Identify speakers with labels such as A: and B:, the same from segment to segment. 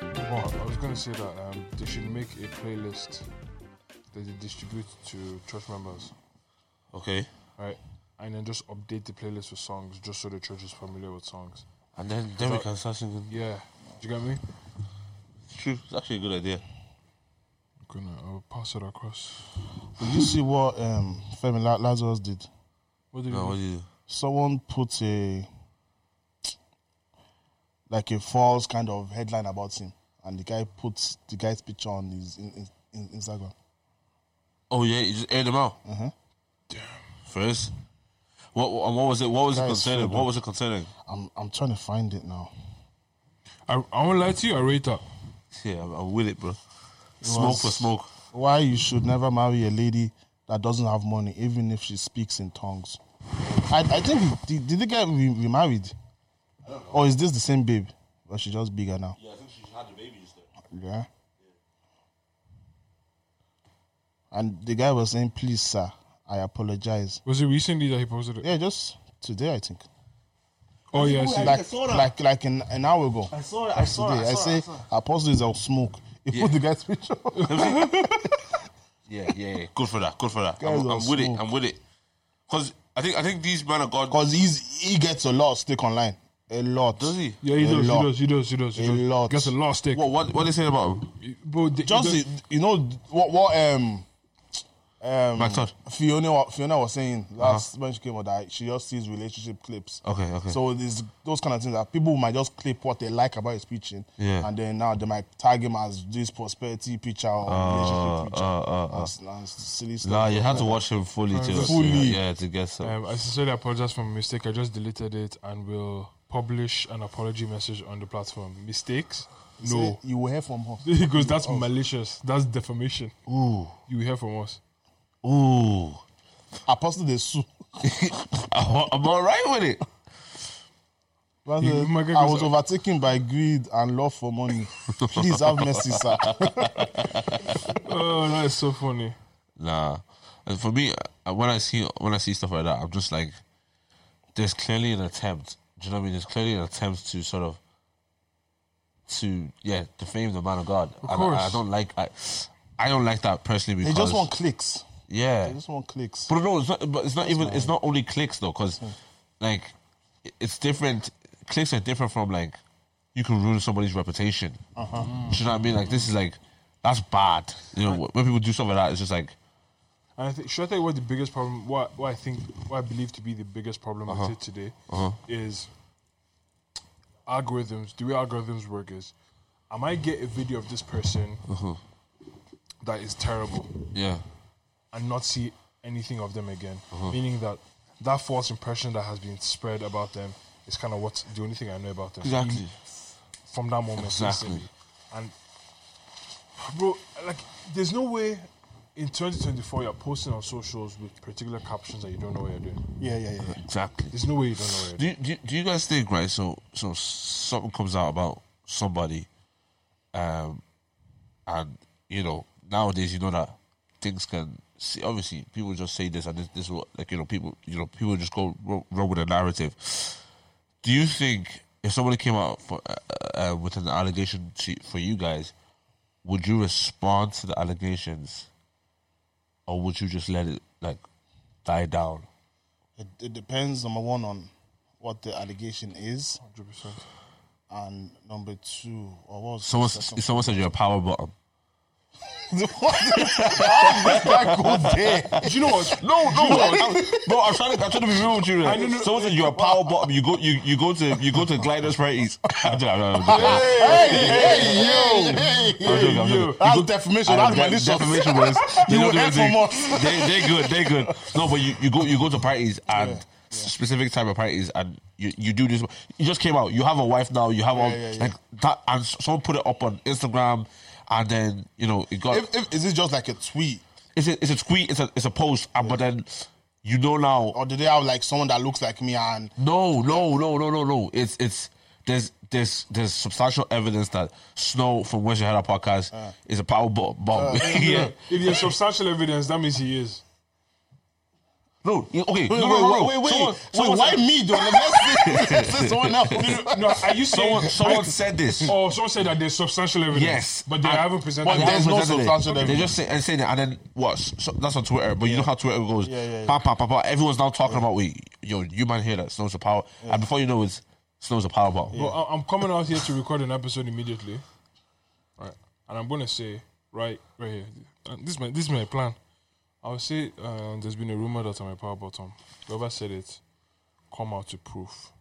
A: I was going to say that um, they should make a playlist that they distribute to church members,
B: Okay.
A: right? And then just update the playlist with songs, just so the church is familiar with songs.
B: And then, then we can start singing.
A: Yeah, do you get me?
B: True. It's actually a good idea.
A: Gonna, I'll pass it across.
C: Did you see what um, Femi La- Lazarus did?
A: What do you?
B: No, what
A: mean?
B: do you do?
C: Someone put a like a false kind of headline about him, and the guy put the guy's picture on his in, in, in Instagram.
B: Oh yeah, you just air them out.
C: Uh-huh.
B: First. What, what and what was it? What was it
C: That is
B: concerning?
C: true,
B: What
C: though.
B: was it concerning?
C: I'm I'm trying to find it now.
A: I, I won't lie to you. I rate that.
B: Yeah, I'm, I'm with it, bro. Smoke for
C: was-
B: smoke.
C: Why you should never marry a lady that doesn't have money, even if she speaks in tongues. I, I think did, did the guy re- remarried, or is this the same babe? But she's just bigger now.
B: Yeah, I think she had the baby just there.
C: Yeah. And the guy was saying, "Please, sir, I apologize."
A: Was it recently that he posted it?
C: Yeah, just today, I think.
A: Oh yeah, I
B: Ooh,
A: see.
B: I-
C: Like,
B: saw that.
C: like, like an, an hour ago.
B: I saw it. I saw
C: today,
B: it. I,
C: I
B: saw it, I
C: say,
B: saw it.
C: "Apostle is out smoke." He
B: Yeah.
C: put the guy's picture.
B: Yeah, yeah, yeah. Good for that. Good for that.
C: Guys
B: I'm,
C: are
B: I'm with it.
C: smoked.
B: I'm with it. Cause I think I think these men of God.
C: Because he's he gets a lot of stick online, a lot.
B: Does he?
A: Yeah, he
C: A
A: does, he
C: lot.
A: does. He does. He does. He
C: A
A: does.
C: lot.
A: Gets a lot of stick.
B: What what what they saying about him?
A: But the-
C: Just
A: he does-
C: the- you know what what um um
B: Mike Todd.
C: Fiona wa- Fiona was saying last when she came on that she just sees relationship clips.
B: Okay, okay.
C: So there's those kind of things that people might just clip what they like about his preaching,
B: Yeah.
C: and then now they might tag him as this prosperity preacher or relationship preacher.
B: uh, uh, uh.
C: That's- that's silly stuff.
B: Nah, you had to watch him fully to
C: Fully.
B: yeah, to get some.
A: um, I sincerely apologize for my mistake. I just deleted it and will publish an apology message on the platform. Mistakes?
C: Say,
A: No.
C: you will hear from her. Oh,
A: He goes, that's malicious. That's defamation.
B: Ooh,
A: You hear from us.
B: ooh.
C: Apostle the Sue.
B: I'm, I'm all right with it.
C: I
A: You- my guy goes,
C: was overtaken by greed and love for money. Please have mercy, sir.
A: Oh, that is so funny.
B: Nah, and for me, uh, when I see when I see stuff like that, I'm just like, there's clearly an attempt. Do you know what I mean? There's clearly an attempt to sort of, to yeah, defame the man of God. Of
A: course.
B: I, I don't like I, I don't like that personally
C: They
B: because
C: just want clicks.
B: yeah,
C: They just want clicks.
B: But no, it's not. But it's not even. It's not only clicks though, because like it- it's different. Clicks are different from like you can ruin somebody's reputation. Do you know what I mean? Like this is like that's bad. You know when people do stuff like that, it's just like
A: And I think, should I tell you what the biggest problem, what, what I think, what I believe to be the biggest problem with it today is algorithms. The way algorithms work is, I might get a video of this person that is terrible.
B: yeah,
A: and not see anything of them again. Meaning that that false impression that has been spread about them is kind of what's the only thing I know about them.
B: exactly.
A: From that moment,
B: Exactly.
A: instantly. And bro, like, there's no way in 2024 you're posting on socials with particular captions that you don't know what you're doing.
C: Yeah, yeah, yeah. yeah.
B: Exactly.
A: There's no way you don't know what you're doing.
B: Do you, do, you, do you guys think right? So so something comes out about somebody, um, and you know nowadays you know that things can see. Obviously, people just say this and this. This is what like you know people you know people just go wrong, wrong with the narrative. Do you think if somebody came out for, uh, uh, uh, with an allegation to, for you guys, would you respond to the allegations, or would you just let it like die down?
C: It, it depends, number one, on what the allegation is,
A: 100%.
C: and number two, or what was the
B: Someone,
C: second-
B: someone said you're a power bottom.
A: Do you know what?
B: No, no, no, no. I'm trying to, I'm trying to be real with you. Like,
A: I don't know.
B: Someone said you're a power bottom. You go, you, you go to, you go to gliders parties. I'm joking, I'm joking, I'm joking.
C: Hey, hey, yo!
B: I'm joking, I'm joking.
C: That's
B: You go-
C: defamation,
B: I
C: that's
B: know,
C: malicious.
B: Defamation was. They
C: You
B: don't do
C: heard from
B: anything.
C: us.
B: They, they good. They good. No, but you, you go, you go to parties and specific type of parties, and you, you do this. You just came out. You have a wife now. You have all
C: yeah, yeah.
B: like that, and someone put it up on Instagram, and then you know it got.
C: If, if, is it just like a tweet,
B: it's a, it's a tweet. It's a, it's a post, and but then you know now.
C: or do they have like someone that looks like me and
B: No, no, no, no, no, no. It's it's there's there's there's substantial evidence that Snow from West Your Head Up podcast
C: Uh.
B: is a power bomb. bomb. yeah.
A: If there's substantial evidence, that means he is.
B: No, yeah, okay.
C: Wait,
B: no,
C: wait,
B: no, no, no.
C: wait, wait,
B: Someone-
C: wait,
B: someone
C: why
B: said-
C: me though? Let's see, let's see someone else.
A: No, are you saying
B: Someone, someone
A: I-
B: said this.
A: Oh, someone said that there's substantial evidence.
B: Yes.
A: but they
B: And-
A: haven't presented.
C: But
A: it.
B: They
C: there's
B: haven't
C: no
B: presented it.
C: substantial
B: They
C: evidence.
B: just say and say that, and then what? So, that's on Twitter, but you know how Twitter goes.
C: Yeah, yeah, yeah.
B: Pa, pa, pa, pa. Everyone's now talking about, wait, yo, you man hear that Snow's a power, and before you know it's Snow's a power bomb.
A: But I- I'm coming out here to record an episode immediately, right? And I'm gonna say right, right here. And this is my this is my plan. I will say uh, there's been a rumor that I'm a power bottom. Whoever said it, come out to proof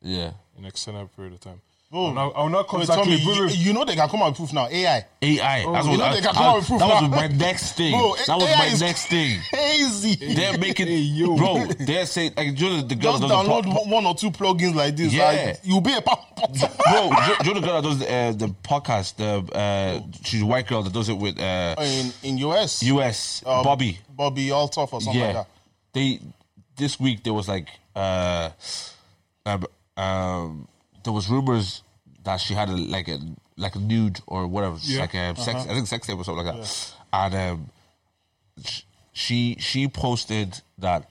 B: Yeah,
A: in extended period of time.
C: Boom.
A: I'll not, I'll not come
C: Wait,
A: exactly.
C: Tommy, you, you know they can come out with proof now. AI.
B: AI. that's
A: you
B: what
C: Oh, know
B: I-
C: they can come
B: I-
C: out with proof
B: that was
C: now.
B: my next thing.
C: Bro,
B: that was
C: AI
B: my
C: is-
B: next thing.
C: Crazy.
B: They're making
A: Hey, yo.
B: bro. They're saying like do you know the girl
C: Just
B: that does the
C: download
B: po-
C: one- one or two plugins like this.
B: Yeah.
C: Like, you'll be a pop.
B: bro. do you- Do you know the girl that does the, uh, the podcast? The uh, she's a white girl that does it with uh,
C: in in US.
B: US
C: um,
B: Bobby.
C: Bobby Altoff or something
B: Yeah,
C: like that.
B: they this week there was like uh, um, um, there was rumors that she had a, like a like a nude or whatever,
A: Yeah.
B: like a sex.
C: Uh-huh.
B: I think sex tape or something like that, and um, sh- she she posted that.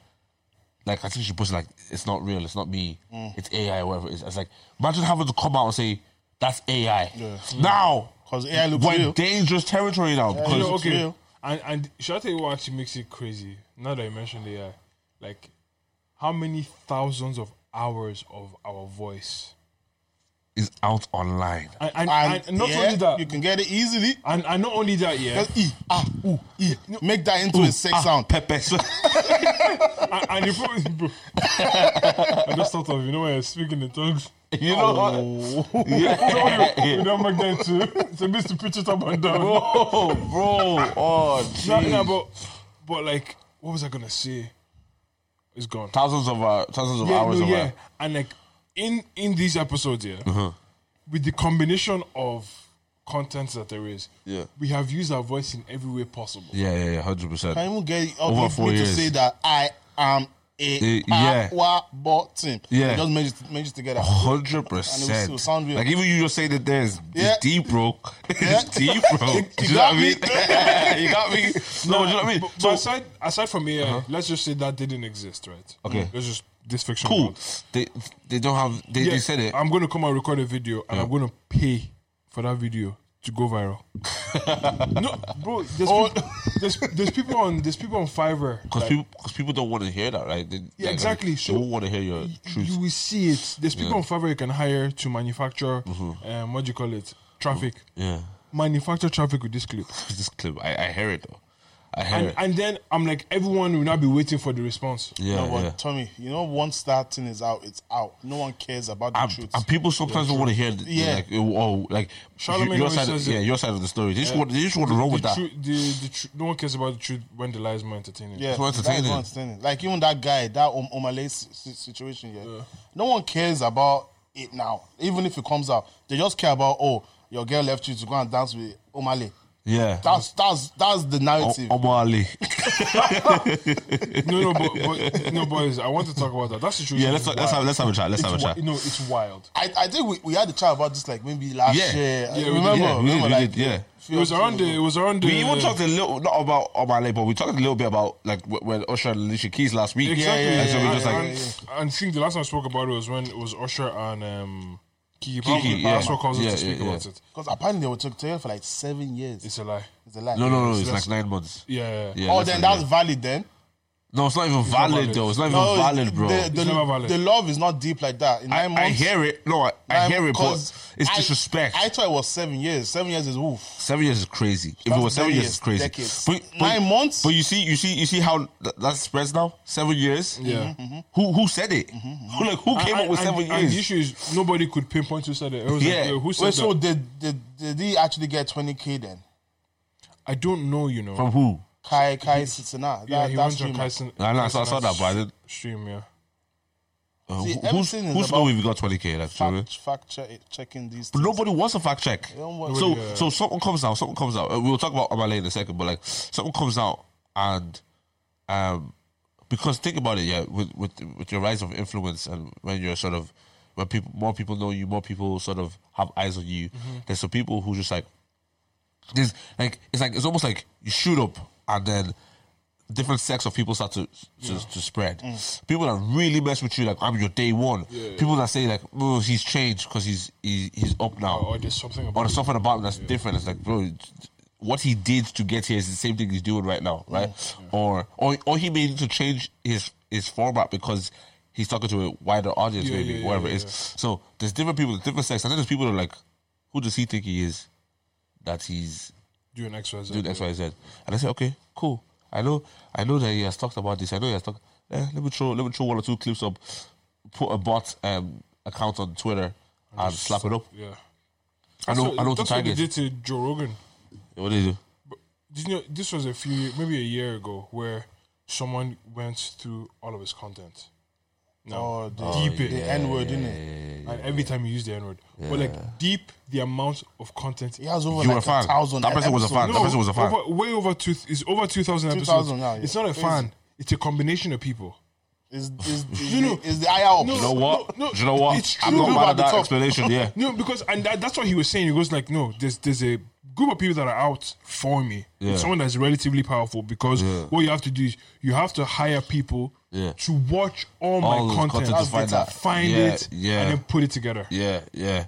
B: Like I think she posted like it's not real, it's not me,
C: Mm.
B: it's AI or whatever it is. It's like imagine having to come out and say that's AI. Now
C: 'Cause AI looks
B: we're
C: real.
B: dangerous territory now
A: You
B: because
A: know,
C: it's
A: okay.
C: real.
A: And and shall I tell you what actually makes it crazy? Now that I mentioned AI, like how many thousands of hours of our voice
B: it's out online.
A: and and,
C: And,
A: and not
C: yeah,
A: only that
C: you can get it easily.
A: and, and not only that yeah
C: Just E, ah, ooh, E. Make that into a
A: ah.
C: sex sound.
B: Pepe.
A: and, and the problem is, bro, I just thought of you know when I speak in the tongues
B: You know what? Yeah.
A: you know make them to to miss to pitch it up and down
B: bro, bro. Oh,
A: no,
B: jeez.
A: no, but but like what was I gonna say it's gone
B: thousands of uh, thousands of
A: yeah,
B: hours
A: no,
B: of
A: yeah. and like in in these episodes here
B: Uh-huh.
A: with the combination of content that there is
B: Yeah.
A: we have used our voice in every way possible
B: yeah, yeah, yeah, hundred percent.
C: Can you even get it
B: Over
C: up
B: four
C: me to
B: years.
C: say that I am a
B: Eh, yeah.
C: power button?
B: Yeah.
C: Just merge it, merge it together.
B: Hundred
C: And it will still
B: percent.
C: sound real.
B: Like even you just say that there's
C: Yeah.
B: it's deep, bro.
C: Yeah.
B: It's deep, bro.
C: You-
B: Do
C: you
B: you know what
C: got
B: I mean? you got me. No, do you know what I mean?
A: But, but
B: So Uh-huh.
A: aside aside from AI, let's just say that didn't exist, right?
B: Okay.
A: Let's just this fiction.
B: cool. They they don't have they, they said it.
A: I'm going to come and record a video, and I'm going to pay for that video to go viral. no, bro. There's, people, there's there's people on there's people on Fiverr.
B: Because
A: like,
B: people, Oh. cause people don't want to hear that, right? They, like,
A: exactly.
B: They
A: So
B: don't want to hear your truth.
A: you will see it. There's people on Fiverr you can hire to manufacture.
B: Mm-hmm.
A: Um, what do you call it? Traffic.
B: yeah.
A: Manufacture traffic with this clip.
B: This clip, I, I hear it though. I hear
A: And,
B: it.
A: and then I'm like, everyone will now be waiting for the response.
B: yeah,
C: No, but
B: yeah.
C: Tommy, you know, once that thing is out, it's out. No one cares about the
B: and,
C: truth.
B: and people sometimes don't want to hear, the,
C: Yeah.
B: like, oh, like
A: Charlemagne
B: your
A: always
B: side,
A: says it.
B: yeah, your side of the story. They just want, they just want to roll with
A: the
B: that.
A: truth, the, the tru- no one cares about the truth when the lies more entertaining.
C: Yeah,
B: It's more
C: that is
B: entertaining.
C: more entertaining. Like even that guy, that Om- Omale si- si- situation. Yeah. no one cares about it now. Even if it comes out, they just care about oh, your girl left you to go and dance with Omale.
B: Yeah,
C: That's that's that's the narrative.
B: Omar Ali.
A: No, no, but, but no, boys. I want to talk about that. That's the truth.
B: Yeah, let's let's have let's have a chat. Let's have a chat.
A: No, it's wild.
C: I, I think we, we had a chat about this like maybe last
B: Yeah.
C: year.
A: we did.
B: Yeah,
C: remember?
B: we did,
C: remember
B: we
C: like
B: did, yeah.
A: It was around the. It was around the.
B: We even talked a little not about Omar Ali, but we talked a little bit about like wh- when Usher and Alicia Keys last week.
A: Exactly.
C: yeah,
B: And so we
A: and,
B: just like
A: and, and I think the last time I spoke about it was when it was Usher and um, Kiki. Palmer.
B: Kiki,
A: I
B: yeah.
A: also called us
B: Yeah,
A: to speak
B: yeah, yeah.
A: about it.
C: because apparently they were took together for like seven years. It's,
A: It's a lie.
C: a lie.
B: no, no, no. It's
A: that's-
B: like nine months.
A: Yeah.
B: Yeah.
C: Oh,
B: that's
C: then
B: like-
C: that's valid then.
B: no. It's not even
A: not
B: valid
A: valid.
B: though. It's not even
C: No, it's-
B: valid, bro.
C: The, the,
A: It's never valid.
C: the love is not deep like that. In
B: I,
C: nine
B: I
C: months,
B: hear it. No, I, I
C: nine-
B: hear it, but
C: 'cause
B: it's
C: I-
B: disrespect.
C: I, thought it was seven years. Seven years is oof.
B: Seven years is crazy. If it was
C: That's
B: seven
C: many
B: years, it's crazy.
C: decades.
B: But, but-
C: Nine months?
B: But you see, you see, you see how th- that spreads now. Seven years.
A: Yeah.
B: Who who said it?
C: Mm-hmm,
B: Who like who Mm-hmm. came
A: And-
B: up with
A: and-
B: seven
A: and the
B: years?
A: issue is nobody could pinpoint who said it. It was
B: Yeah.
A: like, yo, who said
C: Wait, so
A: that?
C: did, did did he actually get twenty k then?
A: I don't know. You know.
B: From who?
C: Kai Kai Sitsuna. That,
A: yeah, he
C: that's
A: went on
C: streamer.
A: Kaisen.
B: I know, I saw- I saw that, but I didn't-
A: Stream, yeah.
B: Uh, who-
C: See,
B: who's
C: everything is
B: who's
C: about
B: know if you got twenty k? Actually,
C: Fact, fact che- checking these.
B: but
C: things.
B: nobody wants a fact check.
C: don't want- uh,
B: so
A: Yeah.
B: so something comes out. Something comes out. Uh, We'll talk about Amale in a second. But like something comes out and um because think about it. Yeah, with with with your rise of influence and when you're sort of when people more people know you, more people sort of have eyes on you.
C: Mm-hmm.
B: There's some people who just like there's like it's like it's almost like you shoot up and then different sects of people start to to, to spread. People that really mess with you, like I'm your day one.
A: Mm. Yeah.
B: People that say like, oh, he's changed because he's he, he's up now,
A: or there's something about
B: or there's something about him that's different. It's like, bro, what he did to get here is the same thing he's doing right now, right?
A: Mm,
B: Or or or he may need to change his his format because. He's talking to a wider audience,
A: Yeah,
B: maybe,
A: yeah, yeah,
B: whatever it
A: yeah.
B: is. So there's different people, different sects. And then there's people that are like, who does he think he is that he's
A: doing XYZ.
B: doing X, Y, Z. And I said, okay, cool. I know, I know that he has talked about this. I know he has talked. Eh, let me throw, let me throw one or two clips up, put a bot um, account on Twitter and, slap it up.
A: Yeah.
B: I
A: That's
B: know, I know
A: what-
B: to
A: That's what
B: tag
A: they
B: it.
A: did to Joe Rogan.
B: What do you do?
A: Did you know, this was a few, maybe a year ago, where someone went through all of his content. No,
C: Oh, the,
A: deep it.
C: the N word, innit?
A: and every time he used the N word, but like deep the amount of content.
C: He has over
B: You were
C: like
B: a fan.
C: thousand.
B: That person was a fan.
C: episodes.
B: That person was a fan.
A: Over, way over two. It's over two thousand episodes.
C: 2,000 now, yeah.
A: It's not a
C: Crazy.
A: fan. It's a combination of people.
C: Is is is, the, is the higher up?
B: You know what?
A: no, no,
B: Do you know what?
A: it's
B: I'm
A: true.
B: not
C: Look
B: mad
C: at
B: at
C: the
B: that
C: top.
B: explanation. Yeah,
A: No, because and that, that's what he was saying. He goes like, no, there's there's a group of people that are out for me.
B: Yeah.
A: It's someone that's relatively powerful because what you have to do is you have to hire people
B: Yeah.
A: to watch all,
B: All
A: my
B: the
A: content,
B: content to find
C: data.
B: that.
A: find
B: yeah,
A: it,
B: Yeah,
A: and then put it together.
B: yeah, yeah.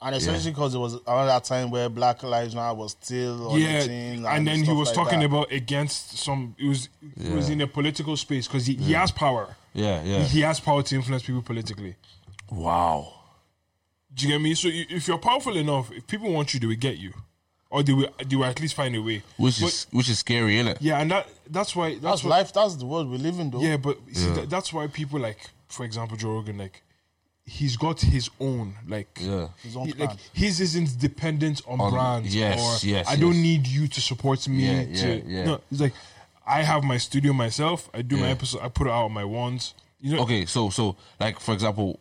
C: And especially because it was around that time where Black Lives Matter was still on
A: Yeah,
C: the team,
A: and, then he
C: stuff
A: was
C: like
A: talking
C: that.
A: about against some. It was he was
B: Yeah.
A: in a political space because he, he has power.
B: Yeah, yeah.
A: He has power to influence people politically.
B: Wow.
A: Do you get me? So i- if you're powerful enough, if people want you, they will get you, or they will they will at least find a way.
B: Which
A: But-
B: is which is scary, isn't it?
A: yeah, and that that's why that's,
C: That's
A: why
C: life. That's the world we live in, though.
A: yeah, but you see, that, that's why people like, for example, Joe Rogan, like he's got his own like
B: Yeah.
C: His own
A: he- like
C: plan.
A: his isn't dependent on,
B: On-
A: brands.
B: yes,
A: or,
B: yes,
A: I don't
B: yes.
A: need you to support me.
B: Yeah,
A: to,
B: yeah, yeah.
A: No, it's like I have my studio myself. I do my
B: Yeah.
A: episode. I put out my ones. You know,
B: okay so so like for example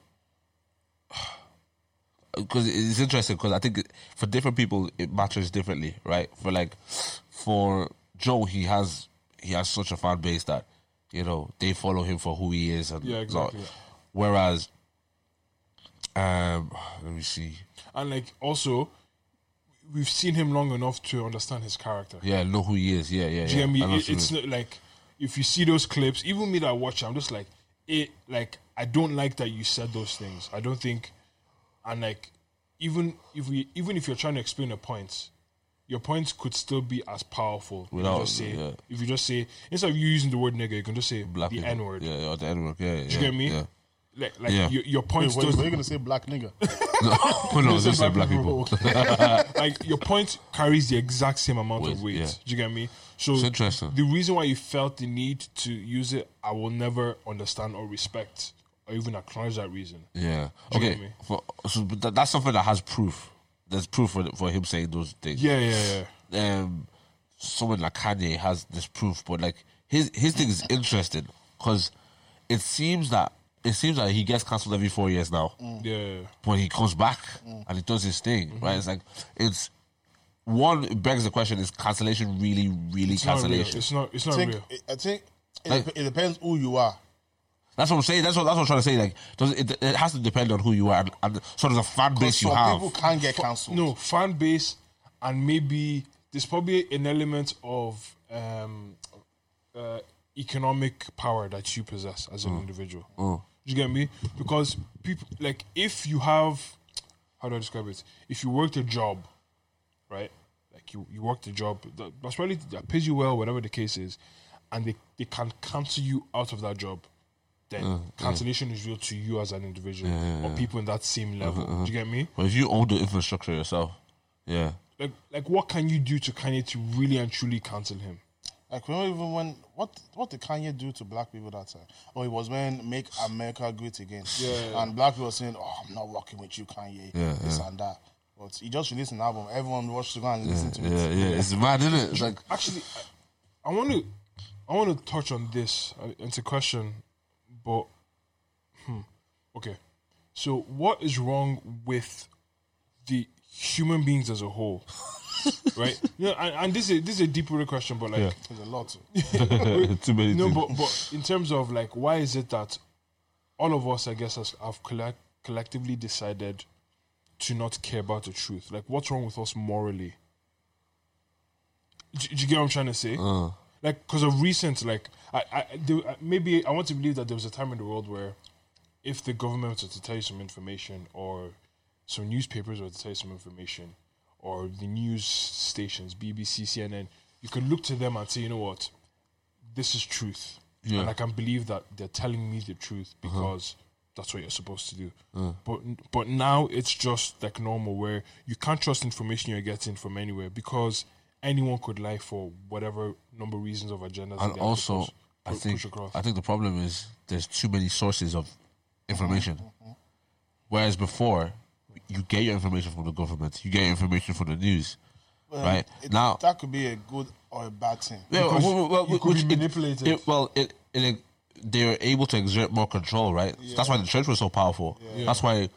B: because it's interesting because i think it- for different people it matters differently right for like for joe he has he has such a fan base that you know they follow him for who he is and
A: Yeah,
B: so-
A: exactly.
B: whereas um let me see
A: and like also, we've seen him long enough to understand his character.
B: yeah know who he is yeah yeah,
A: Do you
B: yeah.
A: get me?
B: I know
A: E, It-
B: what you
A: it's
B: mean.
A: not like if you see those clips, even me that watch, it, I'm just like, it like I don't like that you said those things. I don't think, and like even if we even if you're trying to explain a point, your points could still be as powerful. if you
B: Without-
A: just say
B: yeah.
A: if you just say instead of you using the word nigger, you can just say
B: black
A: the
B: people.
A: N word.
B: yeah or the n word yeah, yeah
A: Do you get me?
B: yeah
A: Like like
B: Yeah.
A: your, your
C: Wait,
A: points
C: wait,
A: does
C: were you gonna say black nigga?
B: no, no,
A: Those are
B: those are
A: black
B: black people.
A: like your point carries the exact same amount of
B: Weight,
A: weight.
B: yeah.
A: Do you get me? So
B: It's interesting.
A: The reason why you felt the need to use it, I will never understand or respect or even acknowledge that reason.
B: Yeah.
A: Do you get me?
B: Okay. For, so but that, that's something that has proof. There's proof for for him saying those things.
A: Yeah, yeah, yeah.
B: Um, someone like Kanye has this proof, but like his his thing is interesting because it seems that it seems that he gets cancelled every four years now,
A: Yeah,
B: but he comes back
A: Mm.
B: and he does his thing.
A: Mm-hmm.
B: Right? It's like it's one it begs the question: Is cancellation really, really
A: it's not real.
B: cancellation?
A: It's not. It's not
C: I think,
A: real.
C: I think it,
B: Like-
C: dep- it depends who you are.
B: That's what I'm saying. That's what that's what I'm trying to say. Like, does it, it has to depend on who you are and, and sort of the fan base you
C: Some
B: have.
C: people can get cancelled.
A: No fan base, and maybe there's probably an element of um, uh, economic power that you possess as an individual.
B: Mm.
A: Do you get me? Because people like if you have how do I describe it? If you worked a job, right? Like you, you worked a job that that's probably that pays you well, whatever the case is, and they, they can cancel you out of that job, then
B: Mm,
A: cancellation is real to you as an individual or people in that same
B: Uh-huh,
A: level. Do you get me?
B: But if you own the infrastructure yourself, yeah,
A: Like like what can you do to Kanye to really and truly cancel him?
C: Like remember even when what what did Kanye do to black people that time? Oh, it was when Make America Great Again.
A: Yeah.
C: And black people were saying, Oh, I'm not working with you, Kanye.
B: Yeah,
C: this and that. But he just released an album. Everyone watched it go and listened to
B: yeah,
C: it.
B: yeah. It's mad, isn't it? It's like
A: actually, I, I want to, I want to touch on this. uh, It's a question, but hmm, okay. So, what is wrong with the human beings as a whole, right? Yeah, and, and this is this is a deep rooted question, but like,
C: There's a lot.
B: too many.
A: no,
B: things.
A: but but in terms of like, why is it that all of us, I guess, has, have collect, collectively decided to not care about the
B: Uh.
A: truth? Like, what's wrong with us morally? Do, do you get what I'm trying to say? like because of recent like I, I there, I- maybe I want to believe that there was a time in the world where if the government were to tell you some information or some newspapers were to tell you some information or the news stations BBC CNN you could look to them and say you know what this is truth
B: Yeah. Uh-huh.
A: and I can believe that they're telling me the truth because that's what you're supposed to do but but now it's just like normal where you can't trust information you're getting from anywhere because anyone could lie for whatever number of reasons of agendas that
B: and
A: they
B: also
A: push-
B: I
A: pu-
B: think
A: push across.
B: I think the problem is there's too many sources of information.
A: Mm-hmm,
B: Whereas before, you get your information from the government, you get your information from the news, right?
C: It-
B: now,
C: that could be a good or a bad thing.
B: Yeah,
A: Because
B: well, well, well,
A: you could be
B: it-
A: manipulated.
B: It, well, it, it, they were able to exert more control, right? That's why the church was so powerful. That's why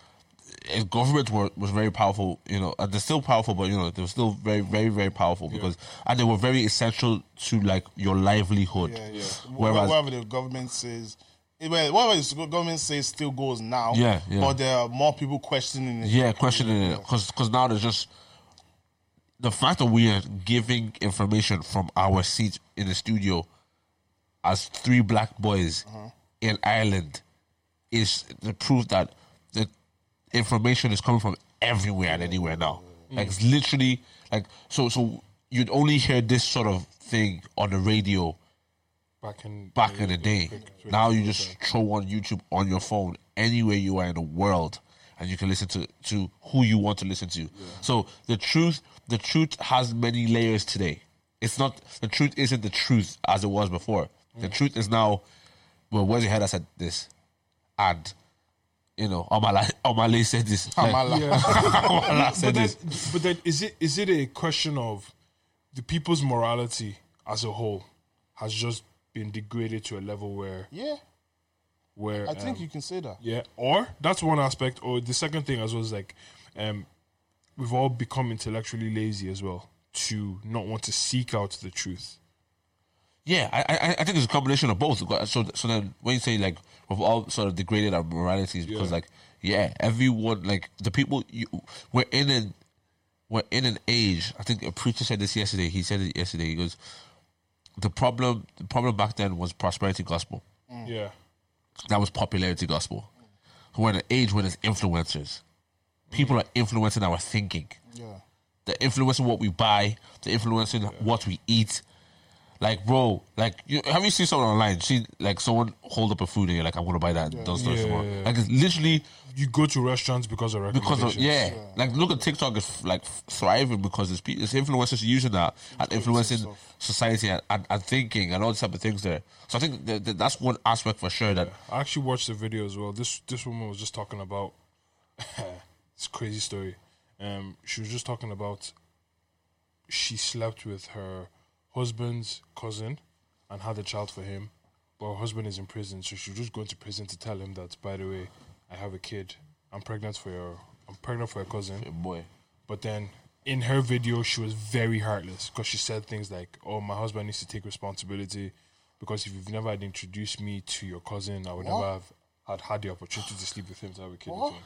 B: eh, government were, was very powerful, you know, and they're still powerful, but, you know, they were still very, very, very powerful because, and they were very essential to, like, your livelihood.
C: Yeah, yeah.
B: Whereas,
C: whatever the government says, eh, well, whatever the government says still goes now.
B: Yeah, yeah.
C: But there are more people questioning it.
B: yeah, questioning it. Because now there's just the fact that we are giving information from our seat in the studio as three black boys in Ireland is the proof that the information is coming from everywhere and anywhere now. Like it's literally like so so you'd only hear this sort of thing on the radio
A: back in
B: back in the day.
A: Twitter,
B: Now you just throw on YouTube on your phone anywhere you are in the world, and you can listen to to who you want to listen to. So the truth, the truth has many layers today. It's not the truth isn't the truth as it was before. The
A: Mm.
B: truth is now. Well, where's your head? I said this, and you know, Omala, Omale said this. Like,
C: Kamala.
B: Omala
A: but
B: said
A: then,
B: this.
A: but then is it is it a question of the people's morality as a whole has just been degraded to a level where
C: Yeah,
A: where
C: I think
A: um,
C: you can say that.
A: yeah or that's one aspect or the second thing as well is like um we've all become intellectually lazy as well to not want to seek out the truth
B: Yeah, I, I I- I think it's a combination of both. So so then when you say like we've all sort of degraded our moralities because
A: Yeah.
B: like yeah, everyone like the people you we're in an we're in an age. I think a preacher said this yesterday. He said it yesterday. He goes, the problem the problem back then was prosperity gospel.
C: Mm.
A: yeah
B: That was popularity gospel. We're in an age when there's influencers. People are influencing our thinking
C: Yeah.
B: the influencing what we buy, the influencing what we eat. Like, bro, like, you, have you seen someone online? She like someone hold up a food and you're like, I'm gonna buy that. Yeah. Does
A: Yeah,
B: tomorrow.
A: yeah, yeah.
B: Like, it's literally
A: you go to restaurants because of
B: because
A: recommendations
B: of yeah. Like, look at TikTok is like thriving because it's, pe- it's influencers using that and influencing society and, and, and thinking and all these type of things there. So I think that, that that's one aspect for sure that
A: I actually watched the video as well. This this woman was just talking about this crazy story. Um, she was just talking about she slept with her husband's cousin and had a child for him, but her husband is in prison, so she was just going to prison to tell him that by the way, I have a kid. I'm pregnant for your I'm pregnant for your cousin.
B: boy.
A: But then in her video, she was very heartless because she said things like, "Oh, my husband needs to take responsibility because if you've never had introduced me to your cousin, I would never have had, had the opportunity to sleep with him to have a kid with him."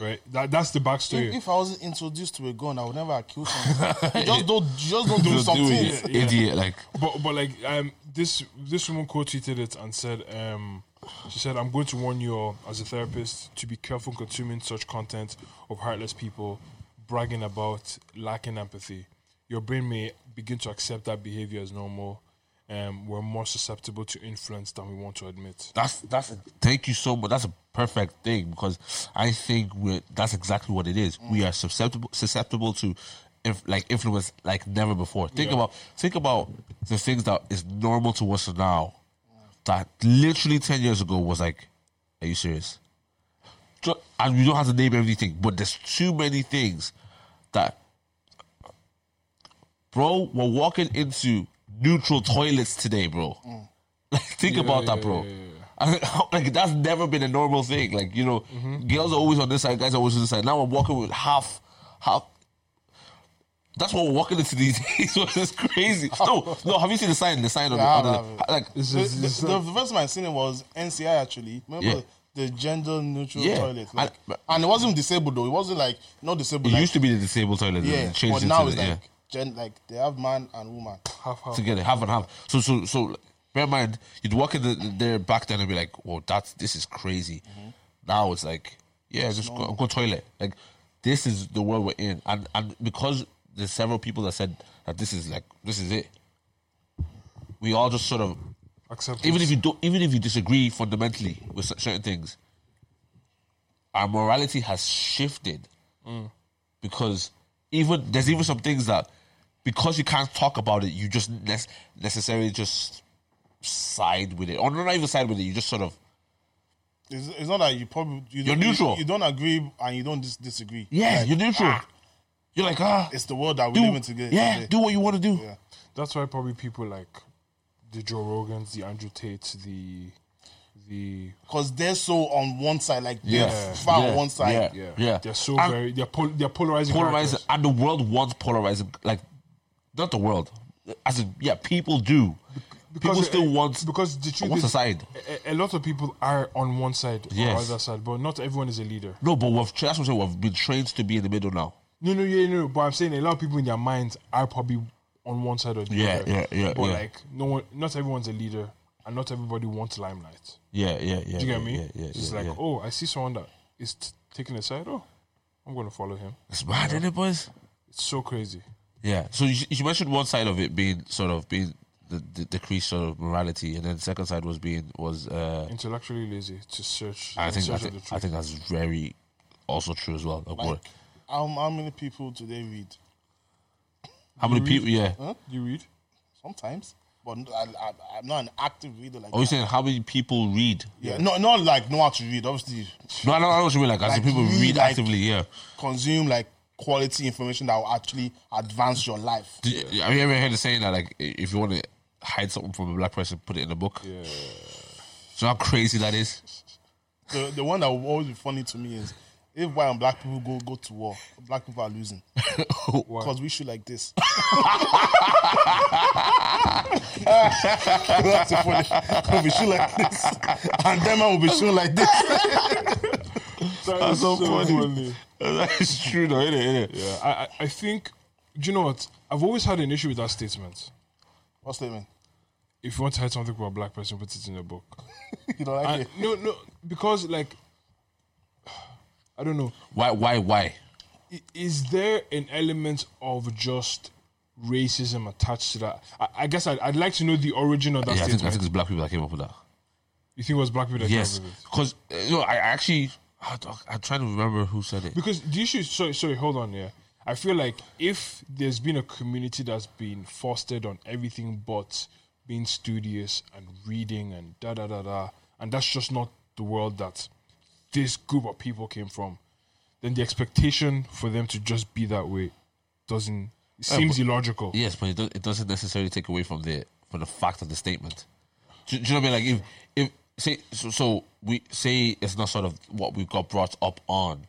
A: Right? That, that's the
C: If,
A: backstory.
C: if I was introduced to a gun, I would never accuse someone. you just don't, you just don't do
B: Just do it,
C: something.
B: idiot. Like,
A: But but like um, this this woman quote tweeted it and said um, she said I'm going to warn you all as a therapist to be careful consuming such content of heartless people bragging about lacking empathy. Your brain may begin to accept that behavior as normal. Um, we're more susceptible to influence than we want to admit.
B: That's that's a, thank you so much. That's a perfect thing because I think we are that's exactly what it is. We are susceptible susceptible to if like influence like never before. Think
A: Yeah.
B: about think about the things that is normal to us now that literally ten years ago was like, are you serious? Ju- And we don't have to name everything, but there's too many things that, bro. We're walking into neutral toilets today, bro.
C: Mm.
B: Like, think about that, bro. I mean, how- like that's never been a normal thing. Like you know,
C: Mm-hmm.
B: girls are always on this side, guys are always on this side. Now I'm walking with half, half. That's what we're walking into these days. it's crazy. No, no. Have you seen the sign? The sign on
C: Yeah, I
B: the, on
C: have
B: the
C: it.
B: like.
A: This
C: The,
A: is, this is
C: the, the first time I seen it was NCI actually. Remember the gender neutral
B: Yeah.
C: toilet, like,
B: And-
C: and it wasn't disabled though. It wasn't like not disabled.
B: It
C: like,
B: used to be the disabled toilet.
C: yeah,
B: Yeah, changed
C: but
B: into
C: now
B: the,
C: it's like oh.
B: yeah.
C: gen, like they have man and woman.
A: half, half.
B: together, half and half. So so so bear in mind, you'd walk in the, there back then and be like, "Whoa, that's this is crazy."
C: Mm-hmm.
B: Now it's like, yeah, just go, go toilet. Like this is the world we're in, and and because there's several people that said that this is like this is it. We all just sort of,
A: Accept
B: even
A: it.
B: if you don't, even if you disagree fundamentally with cer- certain things, our morality has shifted
C: Mm.
B: because even there's even some things that because you can't talk about it, you just ne- necessarily just side with it, or not even side with it. You just sort of
C: It's, it's not that you probably you
B: You're
C: don't- you-
B: neutral.
C: You, don't agree and you don't dis- disagree.
B: yeah,
C: Like,
B: you're neutral.
C: ah,
B: You're like ah,
C: it's the world that we
B: do,
C: live in toge- today.
B: yeah, do what you want to do.
C: Yeah.
A: That's why probably people like the Joe Rogans, the Andrew Tates, the the
C: because they're so on one side, like they're
B: Yeah.
C: far
B: Yeah.
C: on one side.
B: Yeah.
A: yeah they're so
B: And-
A: very they're pol- they're polarizing
B: Polarizing,
A: characters.
B: and the world wants polarizing. Like, not the world, as in, yeah, people do. people
A: Because,
B: still
A: uh,
B: want
A: because the truth
B: wants
A: is,
B: a side.
A: A, a lot of people are on one side or
B: Yes.
A: other side, but not everyone is a leader.
B: no, but we've tra- that's what I'm saying. We've been trained to be in the middle now.
A: No, no, yeah, no. But I'm saying a lot of people in their minds are probably on one side or the
B: Yeah,
A: other.
B: yeah, yeah,
A: But
B: yeah.
A: like, no one, not everyone's a leader, and not everybody wants limelight.
B: Yeah, yeah, yeah.
A: Do you
B: yeah,
A: get me?
B: Yeah, yeah.
A: it's
B: yeah,
A: like,
B: yeah.
A: oh, I see someone that is t- taking a side. Oh, I'm gonna follow him.
B: it's mad, isn't it, boys?
A: It's so crazy.
B: Yeah. So you, you mentioned one side of it being sort of being the, the decreased sort of morality, and then the second side was being was. Uh,
A: Intellectually lazy to search.
B: I
A: in
B: think I
A: search of
B: think,
A: the
B: I
A: truth.
B: think that's very also true as well. Like,
C: Like,
B: what-
C: how, how many people do they read?
B: how many people? Yeah.
A: you read.
C: Sometimes, but I, I, I'm not an active reader like
B: Are Oh, you
C: that.
B: saying how many people read?
C: Yeah, no, not like know how to read. Obviously,
B: No, I don't I know what you mean. Like, as
C: Like,
B: in people
C: read,
B: read
C: like-
B: actively. Yeah.
C: consume like quality information that will actually advance your life.
B: Do you- Have you ever heard the saying that like i- if you want to hide something from a black person, put it in a book?
A: Yeah.
B: So how crazy that is.
C: The, the one that will always be funny to me is if white and black people go go to war, black people are losing because we shoot like this. That's so funny. We'll be shooting like this, and them man will be shooting like this.
A: That is so, funny.
B: That's true, though, isn't it? Isn't it?
A: Yeah, I, I, I think. Do you know what? I've always had an issue with that statement.
C: What's that mean?
A: If you want to hide something from a black person, put it in a book.
C: You don't like
A: I-
C: it?
A: no, no, because like, I don't know.
B: Why? Why? Why?
A: I- Is there an element of just racism attached to that? I, I guess I'd, I'd like to know the origin of that
B: Yeah, I think, I
A: statement.
B: think it's black people that came up with that.
A: you think it was black people that came
B: Yes,
A: up with it?
B: because no, I actually, I, don't- I'm trying to remember who said it.
A: Because the issue, sorry, sorry, hold on, yeah. I feel like if there's been a community that's been fostered on everything but being studious and reading and da da da da, and that's just not the world that this group of people came from, then the expectation for them to just be that way doesn't it seems illogical.
B: Yes, but it, do, it doesn't necessarily take away from the from the fact of the statement. Do, do you know what I mean? Like if if say so, so we say it's not sort of what we got brought up on.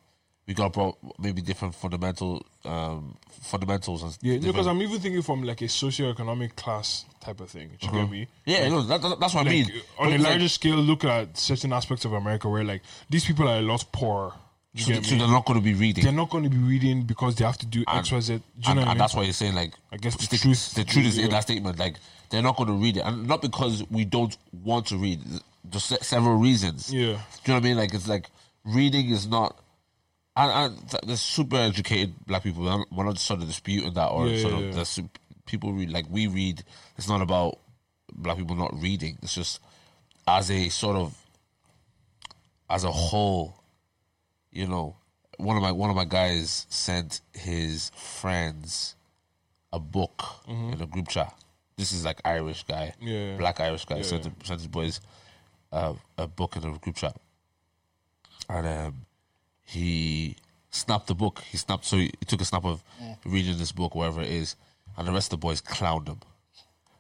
B: We got brought maybe different fundamental um, fundamentals and
A: Yeah,
B: different-
A: because I'm even thinking from like a socioeconomic class type of thing. Do you get me?
B: yeah, no, that, that- that's what Uh-huh. I
A: Like,
B: mean.
A: on
B: But
A: a
B: it's like-
A: larger scale, look at certain aspects of America where like these people are a lot poorer. Do you
B: so,
A: get me?
B: so they're not going to be reading,
A: they're not going to be reading because they have to do X, Y, Z. Do you
B: and,
A: know what I mean?
B: and that's why you're saying like
A: I guess the
B: stick-
A: truth-
B: the truth is in
A: yeah.
B: that statement. Like they're not going to read it, and not because we don't want to read. There's se- several reasons.
A: Yeah.
B: Do you know what I mean? Like it's like reading is not. And, and th- there's super educated black people. We're not- We're not sort of disputing that, or
A: Yeah,
B: sort
A: yeah,
B: of
A: yeah.
B: there's su- people read like we read. It's not about black people not reading. It's just as a sort of as a whole, you know, one of my one of my guys sent his friends a book in a group chat. This is like Irish guy,
A: Mm-hmm. Yeah.
B: black Irish guy.
A: Yeah,
B: sent,
A: yeah.
B: sent his boys uh, a book in a group chat, and um, he snapped the book. He snapped, so he, took a snap of reading this book, wherever it is, and the rest of the boys clowned him.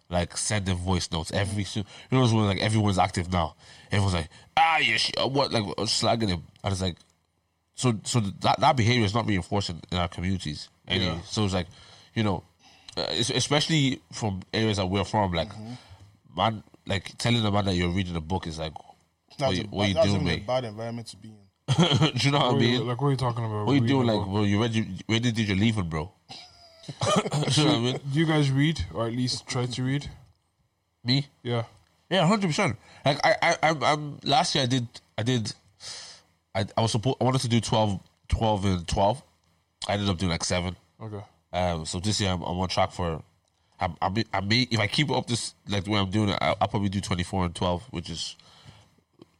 B: Like send them voice notes every so you know it's when like everyone's active now. Everyone's like, ah, you sh- what like slagging him, and it's like, so so that that behavior is not reinforcing in our communities anyway.
A: Yeah.
B: So it's like, you know, uh, es- especially from areas that we're from, like
C: Mm-hmm.
B: man, like telling a man that you're reading a book is like,
C: That's
B: what, you,
C: a-
B: what you
C: that's
B: doing,
C: even a
B: mate?
C: bad environment to be in.
B: Do you know what I
A: What are you-
B: mean?
A: like, what are you talking about?
B: What you
A: Reading
B: doing?
A: a
B: Like,
A: book?
B: bro, you read, you, when did you leave it, bro? you know what I mean?
A: Do you guys read or at least try to read?
B: Me?
A: Yeah.
B: Yeah, hundred percent. Like I, I, I'm, I'm. Last year I did, I did, I, I was supposed, I wanted to do 12, 12 and twelve. I ended up doing like seven.
A: Okay.
B: Um, so this year I'm, I'm on track for. I'm, I'm, I may, if I keep up this like the way I'm doing it, I, I'll probably do twenty four and twelve, which is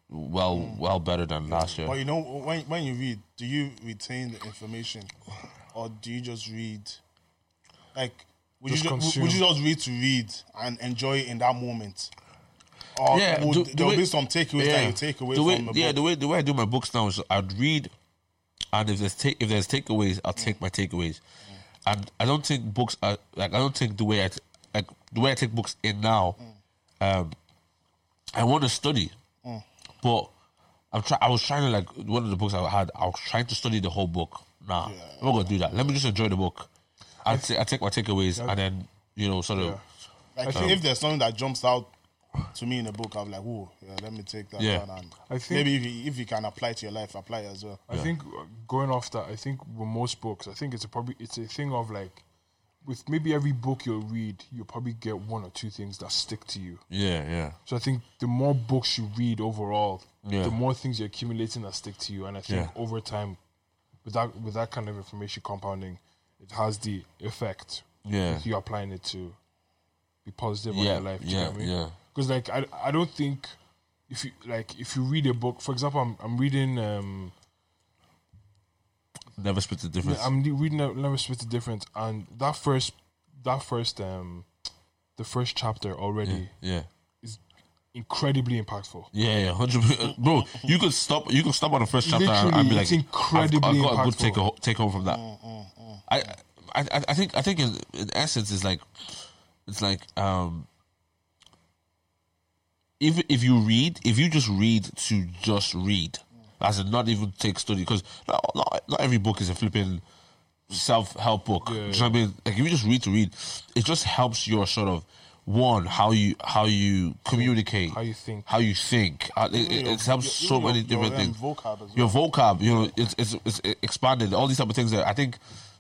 B: well, well better than last year.
C: But you know, when when you read, do you retain the information, or do you just read? Like, would
A: Just
C: you just,
A: consume.
C: would you just read to read and enjoy it in that moment? Or
B: Yeah,
C: would,
B: do- the
C: there will
B: way-
C: be some takeaways that you take away
B: the way,
C: from the
B: yeah,
C: book.
B: the way the way I do my books now is I'd read, and if there's take if there's takeaways, I'll take my
A: Mm.
B: takeaways. And I don't think books are like I don't think the way I t- like the way I take books in now.
A: Mm.
B: Um, I want to study, but I'm try. I was trying to like one of the books I had. I was trying to study the whole book. Nah, I'm not gonna do that. Let me just enjoy the book. I t- I take my takeaways and then you know sort of
C: Like, if there's something that jumps out to me in a book, I'm like, oh, yeah, let me take that
B: Yeah.
C: one. And
A: I think-
C: maybe if you, if you can apply it to your life, apply it as well.
A: I think uh, going off that, I think with most books, I think it's a probably it's a thing of like, with maybe every book you'll read, you'll probably get one or two things that stick to you.
B: yeah yeah
A: So I think the more books you read overall,
B: Yeah.
A: the more things you're accumulating that stick to you. And I think
B: Yeah.
A: over time, with that with that kind of information compounding, it has the effect.
B: Yeah.
A: If you're applying it to be positive
B: Yeah,
A: on your life. do you
B: yeah,
A: know what I mean?
B: yeah.
A: Because like I I don't think if you like if you read a book, for example, I'm I'm reading um
B: never split the difference.
A: I'm de- reading uh, Le- Never Split the Difference, and that first, that first, um, the first chapter already
B: yeah.
A: is incredibly impactful.
B: Yeah, yeah, hundred percent, bro. You could stop. You could stop on the first chapter and,
A: Literally,
B: and be like,
A: it's incredibly
B: I've, I've got a good
A: impactful.
B: take, ho- take home from that. I, I, I- I think, I think in, in essence, it's like, it's like, um, if if you read, if you just read to just read, as in not even take study, because not, not not every book is a flipping self help book. Do you know what I mean? Like if you just read to read, it just helps your sort of one how you how you communicate,
A: How you think.
B: how you think. Uh, It, it, it helps
C: your-
B: so
C: even
B: many
C: your-
B: different
C: your, um,
B: things.
C: vocab as
B: Your vocab, you know, it's, it's it's expanded. All these type of things that I think,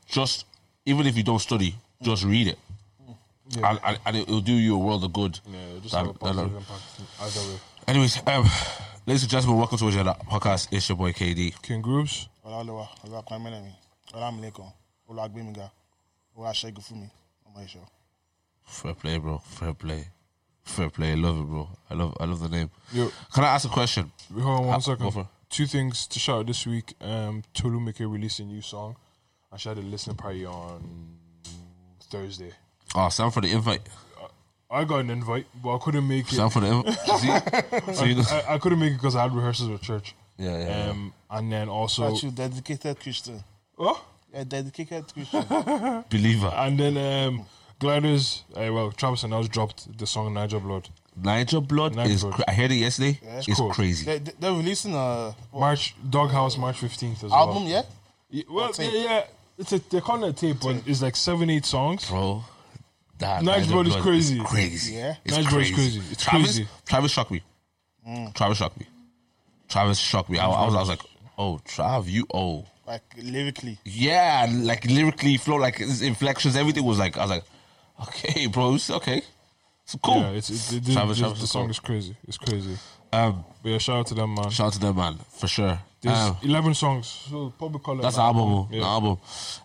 B: just even if you don't study, just read it, and, and, and it will do you a world of good.
A: Yeah, uh, just
B: That-
A: have a positive
B: that-
A: impact either way.
B: anyways, um, ladies and gentlemen, welcome to Agenda Podcast. It's your boy KD.
A: King Grooves,
C: Olalowa, Olakwame Lemi, Olamileko, Olagbemiga, Olasegun Fumi, Omoyesho.
B: Fair play, bro. Fair play. Fair play. I love it, bro. I love I love the name.
A: Yo.
B: Can I ask a question?
A: we hold on
B: Ah,
A: one
B: go
A: second.
B: for it.
A: Two things to shout out this week. Um, Tolu Mike released a new song. I had a listening party on Thursday.
B: Oh, sound for the invite.
A: I got an invite, but I couldn't make it.
B: Sound for the invite. See, so you know.
A: I, I couldn't make it because I had rehearsals with church.
B: Yeah, yeah, yeah.
A: Uh, Um, and then also,
C: But you dedicated Christian.
A: oh,
C: Yeah, dedicated Christian.
B: believer.
A: and then um, Gliders. Uh, well, Travis and Us dropped the song Niger Blood.
B: Nigel Blood
A: Nigel
B: is.
A: Blood.
B: Cra- I heard it yesterday. It's,
A: cool.
B: crazy.
C: they, they- they're releasing a
A: March Doghouse, March fifteenth as
C: album,
A: well.
C: yeah?
A: Yeah, well, yeah,
C: tape.
A: yeah, it's a they're calling it a tape, but it's like seven, eight songs.
B: Bro, that
A: Nigel Blood is crazy.
B: crazy.
C: Yeah.
B: It's
A: Nigel Blood is crazy. It's
B: Travis,
A: crazy. Mm.
B: Travis shocked me. Travis shocked me. Travis shocked me. I, I was, I was like, oh, Trav, you, oh.
C: Like lyrically.
B: Yeah, and, like lyrically, flow, like his inflections, everything was like, I was like, okay, bro, it's okay. It's cool.
A: Yeah, it's, it's, it's,
B: Travis,
A: the-
B: Travis
A: the
B: is
A: song
B: cool.
A: is crazy. It's crazy.
B: Um,
A: But yeah, shout out to them, man.
B: shout out to them, man, for sure.
A: There's
B: Um,
A: eleven songs, so probably call it.
B: That's
A: an
B: an album. oh.
A: Yeah.
B: An album.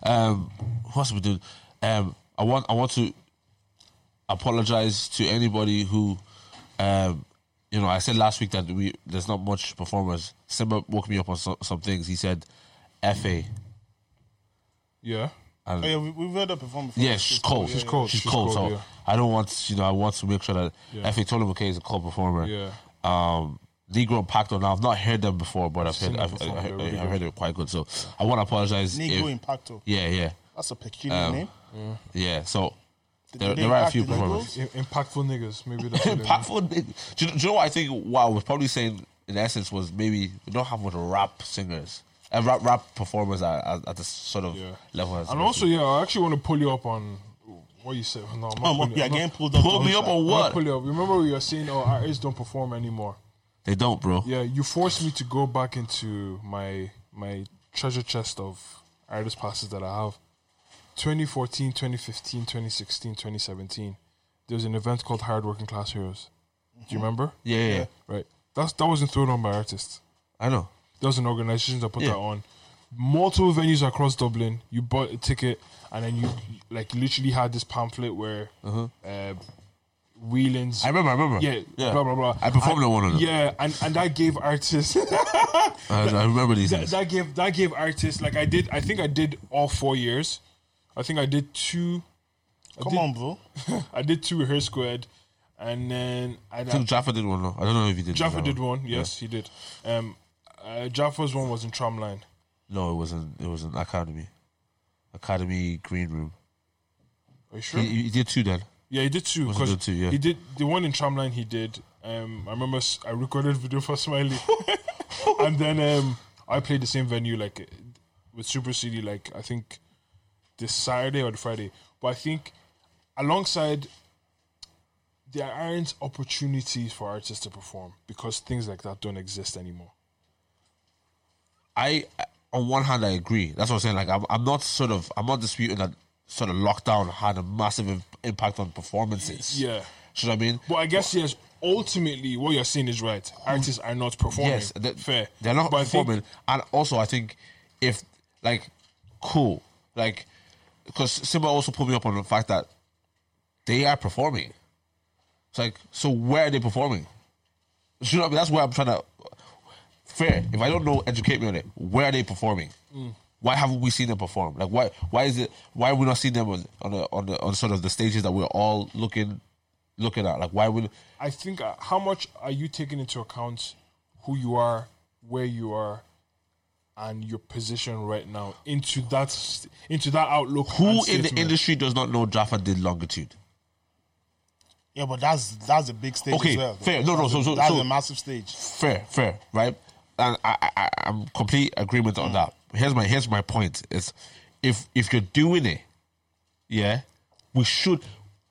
B: Um, what else we do? Um, I want. I want to apologize to anybody who, um, you know, I said last week that we there's not much performers. Simba woke me up on so, some things. He said, "Fa."
A: Yeah,
C: Oh, yeah, we, we've heard her perform before.
B: Yeah, she's cold.
A: She's cold.
B: She's,
A: She's
B: cold.
A: cold,
B: so
A: yeah.
B: I don't want you know. I want to make sure that
A: Yeah.
B: Fa Tolu McKay is a cold performer.
A: yeah.
B: um, Negro Pacto. Now I've not heard them before, but I've heard
A: seen
B: I've,
A: them before,
B: I- I-
A: they're really
B: I've heard they're quite good. So I want to apologize.
C: Negro
B: if-
C: Impacto.
B: yeah, yeah.
C: That's a peculiar name.
B: Yeah, so
C: Did
B: Um, there,
C: they
B: there are a
C: impact
B: few
C: the Negroes?
B: performers.
A: I- impactful niggas, maybe that's what they mean.
B: Impactful. nigg- Do you, do you know what I think? Wow, was probably saying in essence was maybe we don't have much rap singers, and rap rap performers at, at, at this sort of
A: Yeah.
B: level. As
A: And also, yeah, I actually want to pull you up on what you said. No, I'm not
C: Oh,
A: pulling
C: man,
A: you
C: we are
A: I'm
C: getting
A: not-
C: pulled up.
B: Pull
C: on
B: me up
C: track.
B: on
A: I'm not
B: what?
A: pulling you up. Remember, we were saying, oh, artists don't perform anymore.
B: They don't, bro.
A: Yeah, you forced me to go back into my my treasure chest of artist passes that I have 2014, 2015, 2016, 2017, there was an event called Hard Working Class Heroes. Do you remember?
B: Yeah, yeah, yeah.
A: Right. That's that wasn't thrown on by artists.
B: I know.
A: There was an organization that put
B: Yeah.
A: that on. Multiple venues across Dublin. You bought a ticket, and then you like literally had this pamphlet where uh Whelan's.
B: Uh-huh. I remember. I remember.
A: yeah, blah blah blah.
B: I performed
A: And-
B: on one of them.
A: Yeah, and, and that gave artists
B: I, I remember these
A: that,
B: things.
A: that gave that gave artists like I did. I think I did all four years. I think I did two.
C: Come on, bro.
A: I did two rehearsal squared, and then I
B: I think Jaffa did one. No, I don't know if he did.
A: Jaffa
B: that
A: did one. Yes, he did. Um, uh, Jaffa's one was in Tramline.
B: No, it wasn't. It was an academy, academy green room.
A: Are you sure?
B: He, he did two then.
A: yeah, he did two.
B: Was it
A: 'cause
B: the two, yeah.
A: He did the one in Tramline. He did. Um, I remember s- I recorded a video for Smiley, and then um, I played the same venue like with Super City. Like I think this Saturday or the Friday. But I think alongside there aren't opportunities for artists to perform because things like that don't exist anymore.
B: I, on one hand, I agree. That's what I'm saying. Like, I'm, I'm not sort of, I'm not disputing that sort of lockdown had a massive im- impact on performances.
A: Yeah.
B: Should I mean?
A: But I guess yes, ultimately what you're saying is right. Artists are not performing.
B: Yes, they-
A: fair.
B: They're not
A: But I think-
B: performing, and also I think if like cool, like because Simba also put me up on the fact that they are performing. It's like so where are they performing? You know, what I mean? that's where I'm trying to fair. If I don't know, educate me on it. Where are they performing?
A: Mm.
B: Why haven't we seen them perform? Like why? Why is it? Why are we not seeing them on on the, on, the, on sort of the stages that we're all looking looking at? Like why would?
A: I think uh, how much are you taking into account who you are, where you are, and your position right now into that st- into that outlook. and
B: Who in the
A: statement?
B: industry does not know Jaffa did longitude?
C: Yeah, but that's that's a big stage
B: Okay,
C: as well.
B: fair. No, no,
C: That's a-
B: so- so-
C: that's
B: so-
C: a massive stage.
B: fair, fair, right? And I, I, I- I'm complete agreement on that. Here's my here's my point: is if if you're doing it, yeah, we should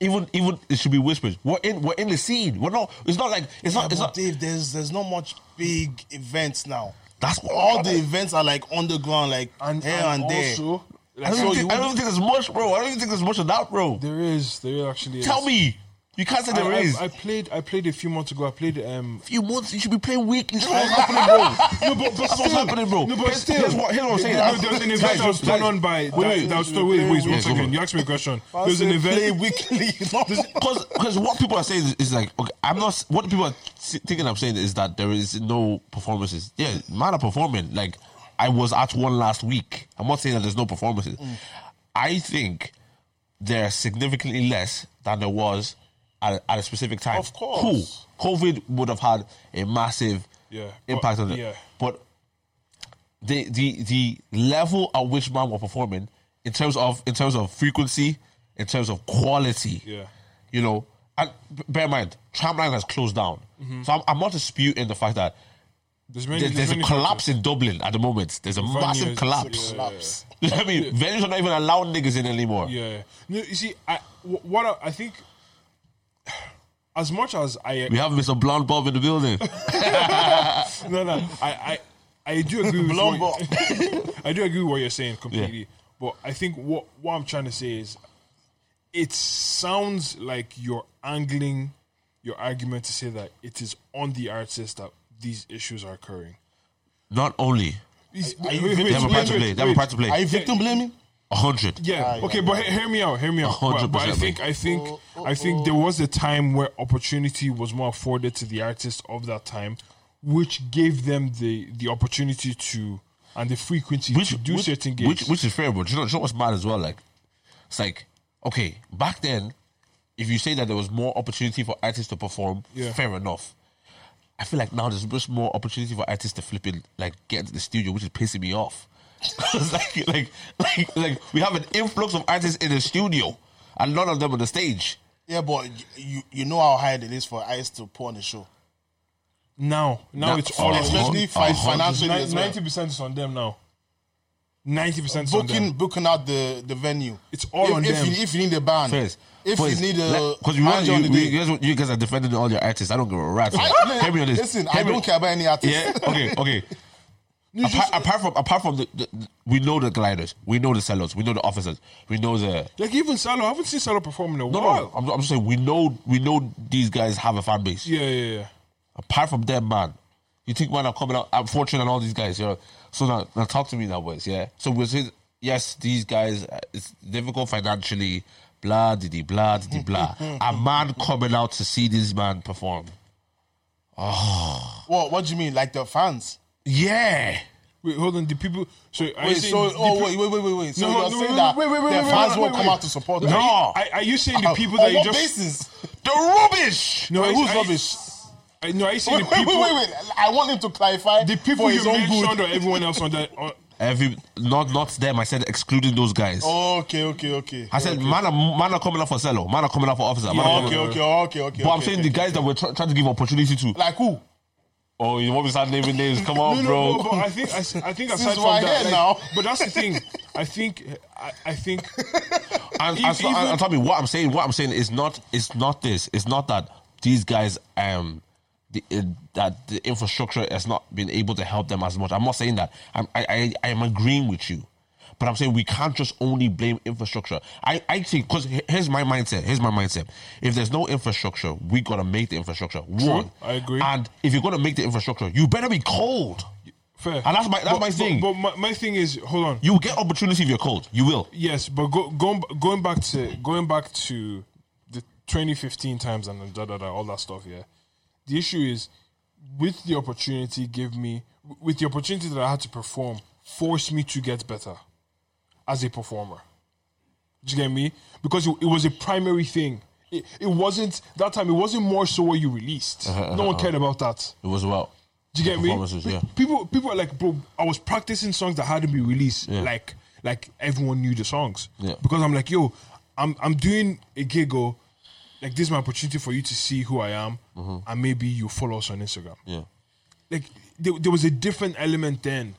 B: even even it should be whispers. We're in we're in the scene. We're not. It's not like it's not.
C: But
B: It's not.
C: Dave, there's there's not much big events now.
B: That's what
C: All the events are like on the ground, like
A: and,
C: here
A: and
C: and, there.
A: also
B: I
A: like,
B: don't,
A: so
B: even
A: you
B: think, I don't even think there's much, bro. I don't even think there's much of that, bro.
A: there is there actually
B: Tell
A: is.
B: me, you can't say
A: I,
B: there is.
A: I, I played I played a few months ago. I played um
B: you want you should be playing weekly. That's what's happening, bro.
A: no, but, but
B: That's what's
A: still-
B: happening, bro.
A: No, but
B: Here's-
A: still,
B: here's what- here's what I'm saying.
A: No, there was an
B: Guys,
A: event that was
B: guys,
A: thrown on by.
B: wait,
A: that,
B: wait.
A: that was thrown- wait, wait, one
B: Yeah, go on.
A: second. You asked me a question. There was an
C: Say play
A: event.
C: weekly. no.
B: because because what people are saying is, is like okay, I'm not what people are s- thinking I'm saying is that there is no performances. Yeah, man are performing. Like I was at one last week. I'm not saying that there's no performances.
A: Mm.
B: I think there are significantly less than there was at, at a specific time.
C: Of course.
B: cool. COVID would have had a massive
A: Yeah, but-
B: impact on it.
A: yeah.
B: but the the the level at which man were performing in terms of in terms of frequency, in terms of quality.
A: Yeah.
B: You know, and b- bear in mind, tramline has closed down.
A: Mm-hmm.
B: So I'm, I'm not disputing the fact that
A: There's many.
B: there's, there's a
A: many
B: collapse in Dublin at the moment. There's a massive
A: venues,
B: collapse.
A: yeah.
C: Slaps.
B: You know what I mean? Venues are not even allowing niggas in anymore.
A: Yeah. No, you see, I wh- what I, I think, as much as I
B: We have Mr. Blonde Bob in the building.
A: no no I I, I do agree with
C: Blonde
A: what, I do agree with what you're saying completely. But I think what what I'm trying to say is, it sounds like you're angling your argument to say that it is on the artist that these issues are occurring.
B: not only
C: are you-
A: Wait, wait,
B: they have a
A: wait,
B: part to
A: wait,
B: play, they have a
A: wait.
B: part to play.
C: Are you victim blaming?
B: A hundred.
A: Yeah.
C: yeah,
A: okay, but he- hear me out. Hear me out. But, but I
B: 100%,
A: think I think I think there was a time where opportunity was more afforded to the artists of that time, which gave them the the opportunity to and the frequency to do certain gigs.
B: Which, which is fair, but you know, you know what's mad as well? Like, it's like, okay, back then, if you say that there was more opportunity for artists to perform,
A: Yeah.
B: fair enough. I feel like now there's just more opportunity for artists to flip in, like get into the studio, which is pissing me off. 'Cause, like, like, like, like, we have an influx of artists in the studio, and none of them on the stage.
C: Yeah, but y- you you know how hard it is for ICE to put on the show,
A: now now
B: Nah,
A: it's all on
B: a
A: them.
C: especially
B: hundred-
C: fi-
B: a hundred-
C: financially as well.
A: ninety percent is on them now. Ninety percent is on
C: Booking
A: them.
C: booking out the the venue.
A: It's all
C: if,
A: on
C: if
A: them.
C: You, if you need a band,
B: First,
C: if
B: first,
C: you need a
B: like, 'cause you, want-
C: manager on
B: you,
C: the day.
B: you guys, you guys are defending all your artists. I don't give a rat.
C: I-
B: Hear me on this.
C: Listen,
B: Hear
C: I
B: me-
C: don't care about any artist.
B: Yeah. Okay. Okay.
A: You
B: apart,
A: just-
B: apart from apart from the, the, the- we know the gliders, we know the sellers, we know the officers, we know the
A: Like even Salah, I haven't seen Salah perform in a
B: no
A: while.
B: no. I'm, I'm just saying we know we know these guys have a fan base.
A: Yeah, yeah, yeah.
B: Apart from them, man, you think man are coming out. I'm fortunate and all these guys, you know. So now, now talk to me now, boys. Yeah. So we're saying yes, these guys. uh, It's difficult financially. Blah, diddy, blah, diddy, blah. a man coming out to see this man perform.
C: What? What do you mean? Like the fans?
B: Yeah.
A: Wait, hold on. The people. So are you
C: Wait,
A: saying
C: so
A: the
C: oh
A: peop-
C: wait, wait, wait, wait, wait. So
A: No,
C: you're
A: no,
C: saying
A: wait,
C: that
A: wait, wait, wait,
C: the
A: wait,
C: fans
A: wait,
C: won't
A: wait,
C: come
A: wait.
C: out to support them?
B: No.
A: Are you, are, are you saying the people
C: Uh,
A: that
C: On
A: you
C: what
A: just?
C: basis?
B: The rubbish.
A: No,
C: Wait, who's
A: I-
C: rubbish?
A: I, no, are you saying
C: Wait,
A: the
C: wait, wait,
A: people?
C: wait, wait. I want him to clarify
A: The people
C: for
A: you
C: his own
A: mentioned
C: good.
A: or everyone else on that. On,
B: Every not not them. I said excluding those guys.
C: Okay, okay, okay.
B: I said, man, are, man are coming out for cello. Man are coming out for officer. man are
C: Okay,
B: coming
C: okay,
B: out-
C: okay, okay, okay.
B: But I'm
C: okay,
B: saying
C: okay.
B: the guys that we're try- trying to give opportunity to.
C: like who?
B: Oh, you want me to start naming names? Come on,
A: no, no,
B: bro.
A: no, but I think I, s- I think
C: This
A: aside
C: is
A: from
C: why I
A: that,
C: hear
A: like,
C: now.
A: but that's the thing. I think I, I think
B: and,
A: If-
B: and, so,
A: E even-
B: and tell me what I'm saying. What I'm saying is not. It's not this. It's not that these guys um the, uh, that the infrastructure has not been able to help them as much. I'm not saying that. I'm, I I I am agreeing with you, but I'm saying we can't just only blame infrastructure. I I think because here's my mindset. Here's my mindset. If there's no infrastructure, we gotta make the infrastructure. One,
A: I agree.
B: And if you're gonna make the infrastructure, you better be cold.
A: fair.
B: And that's my- that's
A: But-
B: my
A: but-
B: thing.
A: But my, my thing is, hold on.
B: You will get opportunity if you're cold. You will.
A: Yes, but go, going going back to going back to the 2015 times and the da, da, da, all that stuff. Yeah, the issue is with the opportunity give me with the opportunity that I had to perform forced me to get better as a performer. Do you get me? Because it, it was a primary thing. It, it wasn't that time. It wasn't more so what you released. no one cared about that.
B: It was well.
A: Do you get me?
B: Performances,
A: Pe-
B: yeah.
A: People, people are like, bro. I was practicing songs that hadn't been released. Like, like everyone knew the songs.
B: Yeah.
A: Because I'm like, yo, I'm I'm doing a gig. oh, Like, this is my opportunity for you to see who I am,
B: Mm-hmm.
A: and maybe you follow us on Instagram.
B: Yeah.
A: Like, there, there was a different element then.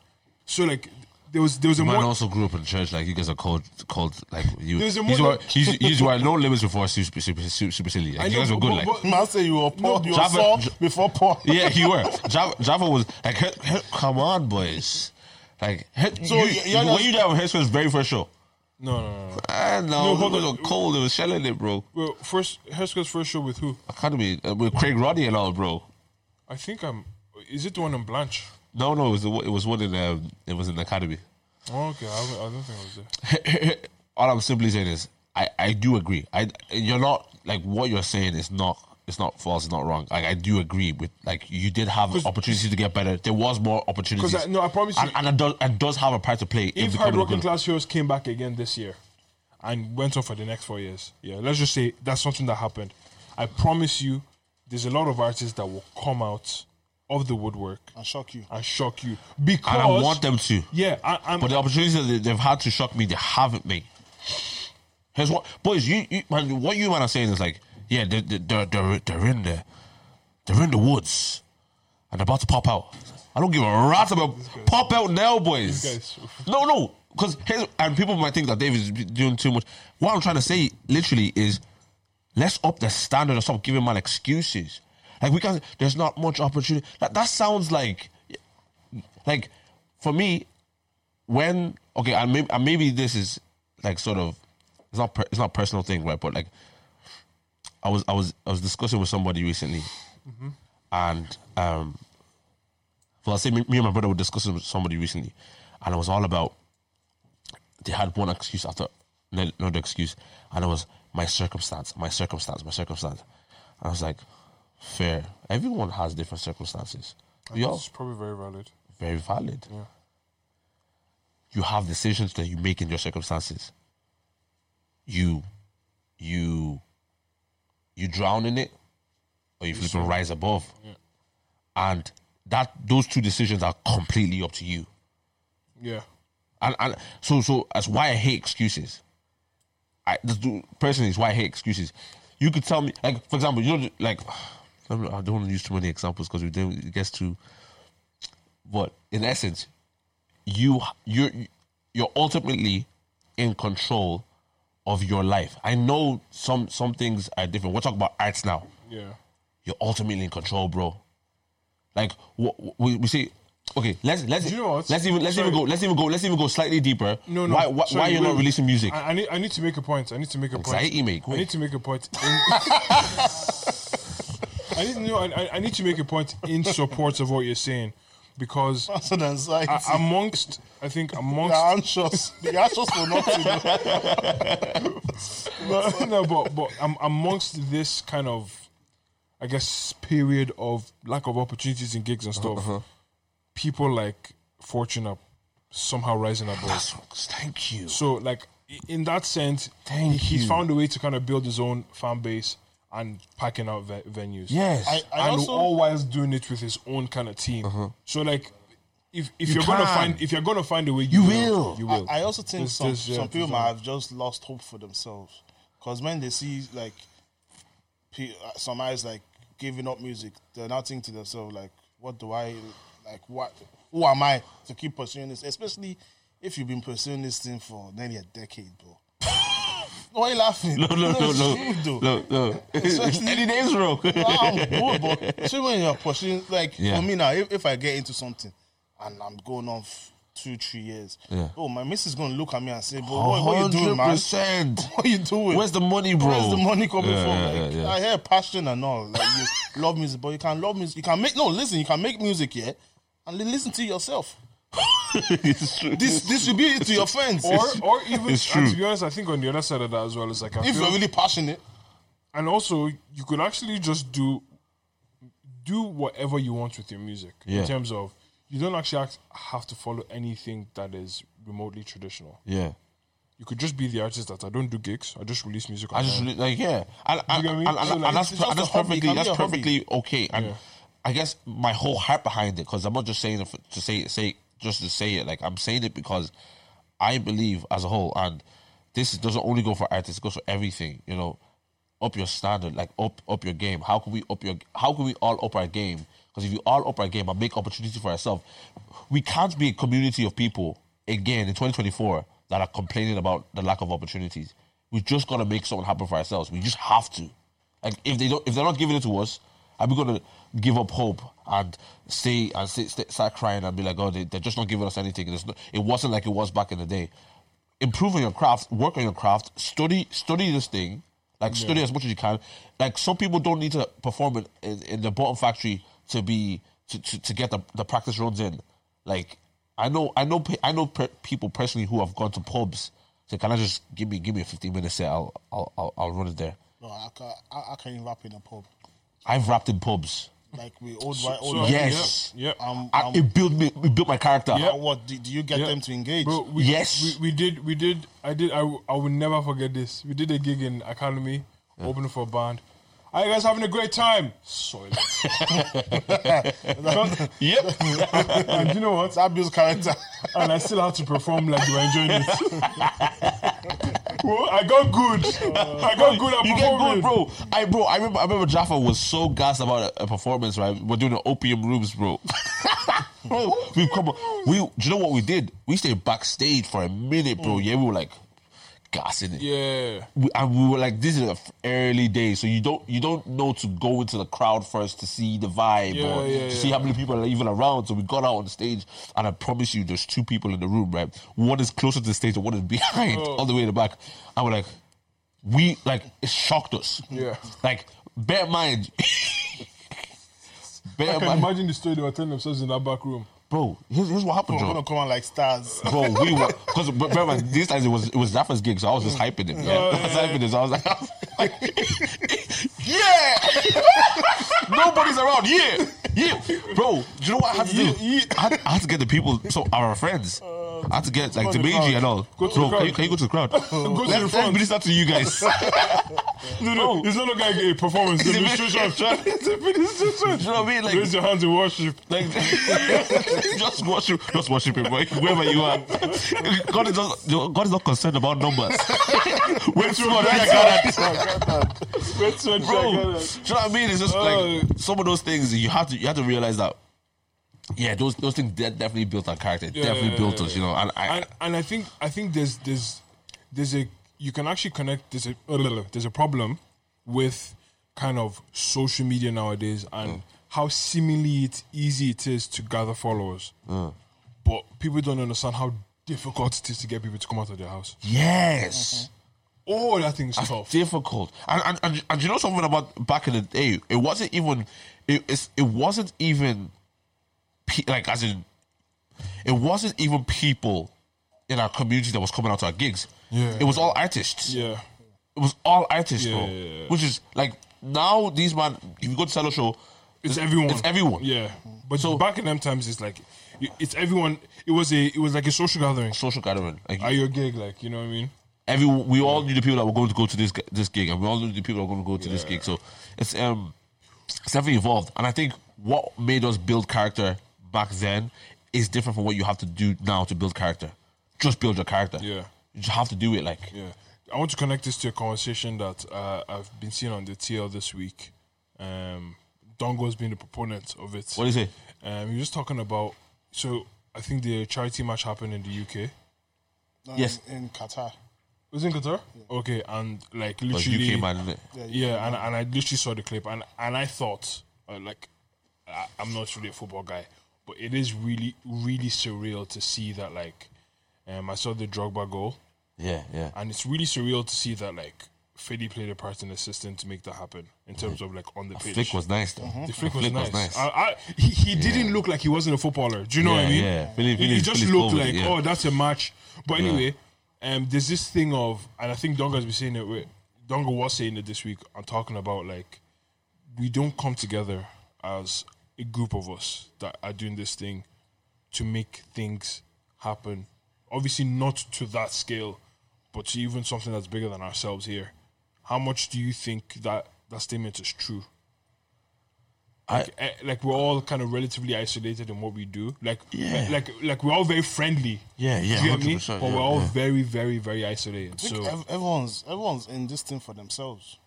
A: So like, there was there was a
B: Man
A: more.
B: also grew up in church, like you guys are called called like you.
A: There's a
B: These
A: more-
B: were these, these were no limits before super super super, super silly. Like,
A: I
B: you
A: know,
B: guys were
A: but-
B: good, like
A: but-
C: Man say you were poor, you were
B: Java-
C: sore
B: J-
C: before poor.
B: yeah, you were. Java, Java was like, "Hey, hey, come on, boys. Like, so
C: So
B: you,
C: you- you're
B: when
C: not-
B: you down with Hesper's very first show,
A: No, no, no. no.
B: I
A: No,
B: know
A: hold
B: no, it
A: on.
B: was cold. It was shelling it, bro.
A: Well, first Hesker's first show with who?
B: I can't be uh, with Craig Roddy and all, bro.
A: I think I'm. Is it the one in Blanche?
B: No, no, it was the, one- it was one in um, it was in the academy.
A: Oh, okay, I, haven't- I don't think I was there.
B: all I'm simply saying is I, I do agree. I you're not like what you're saying is not it's not false, it's not wrong. Like I do agree with like you did have an opportunity to get better. There was more opportunities.
A: 'Cause I- no, I promise you-
B: and, and it does and does have a part to play in
A: if
B: becoming a
A: hard working
B: good-
A: class heroes came back again this year and went on for the next four years, yeah, let's just say that's something that happened. I promise you, there's a lot of artists that will come out of the woodwork
C: I'll shock you.
A: and shock you because
B: and I want them to.
A: Yeah, I, I'm.
B: But the opportunities that they- they've had to shock me, they haven't me. Here's what, boys. You, you man, what you man are saying is like, yeah, they, they, they're they're they're in the, they're in the woods, and they're about to pop out. I don't give a rat about pop out now,
A: guy's-
B: boys. No, no, because and people might think that David's doing too much. What I'm trying to say, literally, is let's up the standard and stop giving man excuses. Like we can, not there's not much opportunity. That that sounds like, like, for me, when okay, and maybe, and maybe this is like sort of it's not per, it's not a personal thing, right? But like, I was I was I was discussing with somebody recently, and um, well, I say me, me and my brother were discussing with somebody recently, and it was all about they had one excuse after no- another excuse, and it was my circumstance, my circumstance, my circumstance. And I was like, fair. Everyone has different circumstances. We all
A: it's probably very valid.
B: very valid.
A: Yeah.
B: You have decisions that you make in your circumstances. You, you, you drown in it, or you flip and rise above. And that those two decisions are completely up to you.
A: Yeah,
B: And, and so so that's why I hate excuses. I that's the- personally it's why I hate excuses. You could tell me like for example, you know like I don't want to use too many examples because it then it gets to what in essence you you're you're ultimately in control of your life. I know some some things are different. We're talking about arts now
A: yeah.
B: you're ultimately in control, bro. Like wh- wh- we we say, Okay, let's let's
A: Do you know what?
B: let's even let's even
A: Sorry.
B: go let's even go let's even go slightly deeper.
A: No, no.
B: Why why,
A: sorry,
B: why you're
A: wait.
B: not releasing music?
A: I, I need I need to make a point. I need to make a point.
B: I hate you, mate.
A: I need
B: Wait.
A: to make a point. In, I need to know. I, I- I need to make a point in support of what you're saying, because
C: That's an anxiety.
A: a- amongst I think amongst
C: You're anxious. You're anxious for nothing.
A: no, no, but but um, amongst this kind of, I guess, period of lack of opportunities in gigs and stuff, people like Fortune up somehow rising above.
B: Thank you.
A: So like i- in that sense,
B: Thank
A: he's
B: you.
A: found a way to kind of build his own fan base and packing out ve- venues.
B: Yes.
C: I, I
A: and
C: also
A: all whilst doing it with his own kind of team. So like, if if you are gonna
B: can.
A: find if you're gonna find a way,
B: You
A: you,
B: will.
A: You
C: I-
A: will. Uh,
C: I, also think
A: There's-
C: some,
A: there's, yeah,
C: some people
A: there's
C: might
A: a-
C: have just lost hope for themselves because when they see like pe- uh, some eyes like giving up music, they're now thinking to themselves like, "What do I like? What? Who am I to keep pursuing this?" Especially if you've been pursuing this thing for nearly a decade, bro. Why are you laughing?
B: no, no, no,
C: it's
B: no,
C: true, though.
B: no, no.
C: Especially-
B: Any day is wrong.
C: I'm good, but see when you're pursuing, like
B: Yeah.
C: for me now, if, if I get into something and I'm going on f- two, three years,
B: Yeah.
C: oh my missus is gonna look at me and say, "But what, what you doing,
B: Hundred
C: man?
B: percent.
C: What you doing?
B: Where's the money, bro?
C: Where's the money coming
B: Yeah,
C: from?
B: yeah,
C: Like,
B: yeah, yeah.
C: I hear passion and all. Like you love music, but you can love music. You can make no listen. You can make music, yeah, and li- listen to yourself.
B: it's true.
C: This distribute it to your friends.
A: or or even
B: It's
A: and
B: true.
A: to be honest, I think on the other side of that as well is like I
C: if
A: feel,
C: you're really passionate,
A: and also you could actually just do do whatever you want with your music
B: Yeah.
A: in terms of you don't actually act- have to follow anything that is remotely traditional.
B: yeah.
A: You could just be the artist that I don't do gigs. I just release music.
B: I
A: on
B: just
A: time.
B: really, like yeah, and and,
A: You get me?
B: and, and,
A: So, like,
B: and that's
C: it's just
B: and that's
C: a hobby. It
B: perfectly
C: can be
B: that's
C: a hobby.
B: perfectly okay. And
A: Yeah.
B: I guess my whole heart behind it because I'm not just saying it for, to say it, say just to say it. Like I'm saying it because I believe as a whole, and this doesn't only go for artists; it goes for everything. You know, up your standard, like up up your game. How can we up your? How can we all up our game? Because if you all up our game and make opportunity for ourselves, we can't be a community of people again in 2024 that are complaining about the lack of opportunities. We just gotta make something happen for ourselves. We just have to. Like if they don't, if they're not giving it to us, are we gonna give up hope and stay and sit, sit, start crying and be like, oh, they, they're just not giving us anything. It's not, it wasn't like it was back in the day improve on your craft, work on your craft, study study this thing, like study as much as you can. Like some people don't need to perform in, in, in the bottom factory to be to, to, to get the, the practice runs in. Like I know I know pe- I know per, people personally who have gone to pubs. So can I just give me give me a fifteen minute set? I'll I'll I'll, I'll run it there.
C: no, I can I, I can rap in a pub
B: I've rapped in pubs.
C: like we old white old.
A: So,
C: white
B: Yes.
C: people.
A: Yeah. yeah.
C: Um,
B: I,
C: um,
B: it built me it built my character.
A: Yeah.
C: what do, do you get
A: Yeah.
C: them to engage?
A: Bro, we,
B: Yes.
A: we, we did. We did. I did. I, w- I will never forget this. We did a gig in Academy, opening for a band. Are you guys having a great time? Soil.
B: Yep.
A: and you know what?
C: that builds character.
A: And I still had to perform like you were enjoying it. well, I got good. I got good at
B: You get
A: performing.
B: good, bro. I bro, I remember I remember Jaffa was so gassed about a, a performance, right? We're doing the opium rooms, bro. bro, we come we do you know what we did? We stayed backstage for a minute, bro. Yeah, we were like gassing it.
A: Mm. Yeah.
B: We, and we were like, this is the f- early days, so you don't you don't know to go into the crowd first to see the vibe
A: Yeah,
B: or
A: yeah,
B: to see
A: yeah.
B: how many people are even around. So we got out on stage, and I promise you, there's two people in the room, right? One is closer to the stage, and one is behind,
A: Oh.
B: all the way in the back. And we're like, we like it shocked us.
A: Yeah.
B: Like, bear in mind, bear
A: I
B: in
A: can
B: mind,
A: imagine the story they were telling themselves in that back room.
B: bro. Here's, here's what happened,
C: We're
B: bro.
C: gonna come out like stars.
B: Bro, we were because remember these times it was it was Zaffa's gig, so I was just hyping him.
A: Mm.
B: Yeah, I was hyping him. So I was like, yeah, nobody's around. Yeah, yeah, bro. Do you know what I had to do? I, had, I had to get the people, so our friends.
A: Uh,
B: I had to get like
C: to the
B: Dimeji
C: crowd.
B: and all.
A: Go to the
B: bro, can you,
A: crowd.
B: can you go to the crowd?
A: to the
B: Let me
A: front.
B: minister to you guys.
A: No, no, it's not like a performance
B: It's a
A: demonstration. it's a demonstration.
B: Do you know what I mean? Like-
A: Raise your hands in worship.
B: Like, just worship, just worship him, right? wherever you are. God is not, God is not concerned about numbers. Wait till God, I got that.
A: That's what
B: bro.
A: I
B: Do you know
A: got.
B: what I mean? It's just
A: Oh.
B: like some of those things you have to you have to realize that. Yeah, those those things de- definitely built our character. definitely
A: yeah,
B: built
A: yeah,
B: us, you know. And I,
A: and and I think I think there's there's there's a you can actually connect there's a
B: Mm.
A: there's a problem with kind of social media nowadays and how seemingly it's easy it is to gather followers,
B: Mm.
A: but people don't understand how difficult it is to get people to come out of their house.
B: Yes.
A: All that thing is tough.
B: difficult. And and, and and you know something about back in the day, it wasn't even it it's, it wasn't even pe- like as in it wasn't even people in our community that was coming out to our gigs.
A: Yeah.
B: It was all artists.
A: Yeah,
B: It was all artists,
A: Yeah,
B: bro.
A: yeah, yeah.
B: Which is like now these man if you go to Cello Show,
A: it's everyone.
B: It's everyone.
A: Yeah, but
B: So-
A: back in them times, it's like it- it's everyone. It was a it was like a social gathering.
B: Social gathering. Like
A: At your gig, like you know what I mean.
B: every we all knew the people that were going to go to this this gig, and we all knew the people that were going to go to this gig. So it's um it's definitely evolved, and I think what made us build character back then is different from what you have to do now to build character. Just build your character.
A: Yeah.
B: you just have to do it. Like
A: Yeah, I want to connect this to a conversation that uh, I've been seeing on the TL this week. Um, Dongo's been the proponent of it.
B: what do you say?
A: Um, he was talking about so I think the charity match happened in the UK.
C: No,
B: Yes.
C: um, In, in Qatar.
A: Was it in Qatar? Okay, and like
B: It was
A: literally,
B: UK man. innit?
C: Yeah, you-
A: yeah, and and I literally saw the clip, and and I thought uh, like I, I'm not really a football guy, but it is really really surreal to see that like um, I saw the Drogba goal.
B: Yeah, yeah.
A: and it's really surreal to see that like Fiddy played a part in assisting to make that happen in terms of like on the pitch. Mm-hmm.
B: Flick was nice though.
A: the flick was nice. I, I, he he didn't look like he wasn't a footballer. Do you know what I
B: Yeah,
A: mean?
B: yeah.
A: he,
B: Philly-
A: he
B: Philly-
A: just
B: Philly's
A: looked
B: forward,
A: like
B: yeah.
A: oh that's a match. But anyway, um, there's this thing of and I think Donga's been saying it. With, Donga was saying it this week. I'm talking about like we don't come together as a group of us that are doing this thing to make things happen. Obviously, not to that scale, but to even something that's bigger than ourselves here. How much do you think that that statement is true? Like, eh, like we're all kind of relatively isolated in what we do. Like, eh,
B: Yeah.
A: like, like we're all very friendly.
B: Yeah, yeah,
A: Do you get me?
B: 100%,
A: But
B: yeah,
A: we're all
B: yeah.
A: very, very, very isolated.
C: I think
A: So
C: ev- everyone's everyone's in this thing for themselves.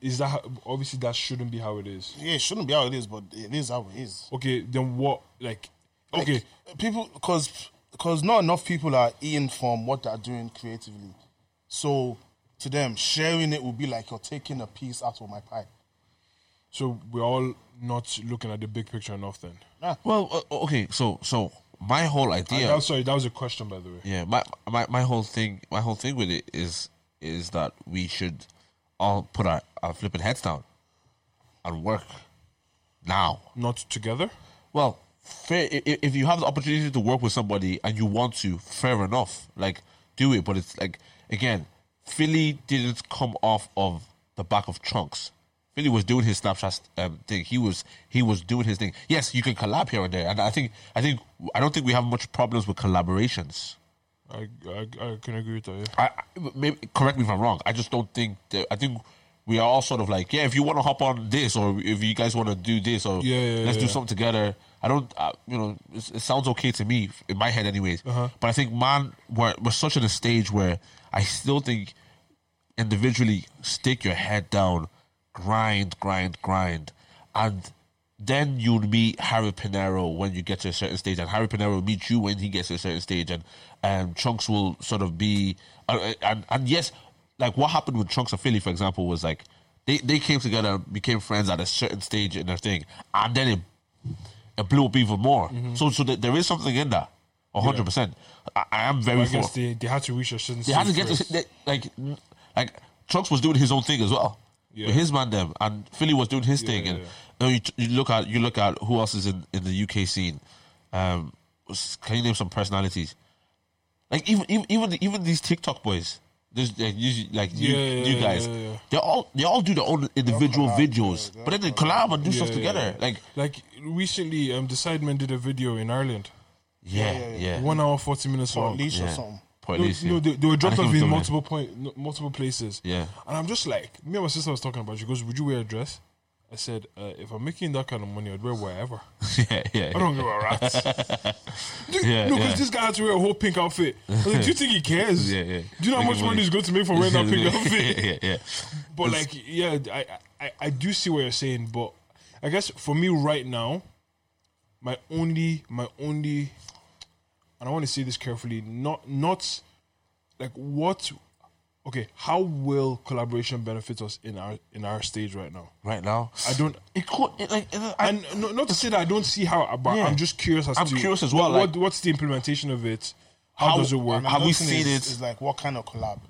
A: is that how- obviously that shouldn't be how it is?
C: Yeah, it shouldn't be how it is, but it is how it is.
A: Okay, then what? Like, okay,
C: Like, people because because not enough people are eating from what they're doing creatively. So to them, sharing it will be like you're taking a piece out of my pie.
A: so we're all not looking at the big picture enough. Then,
B: Well, uh, okay. So so my whole idea.
A: That was- sorry, that was a question, by the way.
B: Yeah, my, my my whole thing my whole thing with it is is that we should all put our, our flipping heads down and work now.
A: Not together.
B: Well, fair, i- i- if you have the opportunity to work with somebody and you want to, fair enough. Like do it, but it's like again, Philly didn't come off of the back of trunks. Philly was doing his Snapchat um, thing. He was he was doing his thing. Yes, you can collab here and there, and I think I think I don't think we have much problems with collaborations.
A: I, I, I can agree with that. Yeah.
B: I, I- maybe correct me if I'm wrong. I just don't think that. I think we are all sort of like, yeah, if you want to hop on this, or if you guys want to do this, or
A: Yeah, yeah,
B: let's do
A: yeah.
B: something together. I don't, uh, you know, it's, it sounds okay to me in my head, anyways.
A: Uh-huh.
B: But I think, man, we're we're such in a stage where I still think individually stick your head down, grind, grind, grind, and then you'll meet Harry Pinero when you get to a certain stage, and Harry Pinero will meet you when he gets to a certain stage, and um, Trunks will sort of be and, and and yes, like what happened with Trunks and Philly, for example, was like they they came together, and became friends at a certain stage in their thing, and then it it blew up even more.
A: Mm-hmm.
B: So so that there is something in that, hundred percent. I, I am very
A: I
B: for-
A: guess they, they had to reach a certain.
B: they had to
A: stage
B: get to
A: first.
B: they, like n- like Trunks was doing his own thing as well.
A: Yeah.
B: With his man them and Philly was doing his thing and
A: yeah.
B: you, know, you, you look at you look at who else is in, in the UK scene. Um, s- can you name some personalities? Like even even even, even these TikTok boys, there's like you, like you,
A: Yeah, yeah,
B: you guys,
A: yeah, yeah.
B: they all they all do their own individual videos, but then they collab and do stuff
A: yeah,
B: together. Like
A: Like recently, um, the Sidemen did a video in Ireland,
B: yeah,
C: yeah,
B: yeah,
C: yeah.
A: one hour forty minutes
C: Or
A: long.
C: leash or
B: Oh, yeah.
C: something.
B: Point
A: No,
B: Lacey.
A: no, they, they were dropped
B: think
A: off
B: it was
A: in
B: Dominic.
A: multiple point, no, multiple places.
B: Yeah.
A: and I'm just like, me and my sister was talking about. it. She goes, "Would you wear a dress?" I said, uh, "If I'm making that kind of money, I'd wear whatever.
B: yeah, yeah,
A: I don't give a rat." Dude,
B: Yeah,
A: no, because
B: yeah.
A: this guy had to wear a whole pink outfit. I was like, "Do you think he cares?
B: Yeah, yeah.
A: Do you know how
B: Making
A: much money
B: money.
A: he's going to make from wearing that pink outfit?"
B: yeah, yeah,
A: But like, yeah, I, I I do see what you're saying, but I guess for me right now, my only my only, and I want to say this carefully, not not like what okay, how will collaboration benefit us in our in our stage right now?
B: right now.
A: I don't.
B: It could it, like it, I,
A: And no, not to say that I don't see how, but
B: Yeah.
A: I'm just curious as
B: I'm
A: to
B: curious as well,
A: What,
B: like-
A: what's the implementation of it? How, does it work?
C: and
B: Have we
C: another thing
B: seen it?
C: is- Is like what kind of collab?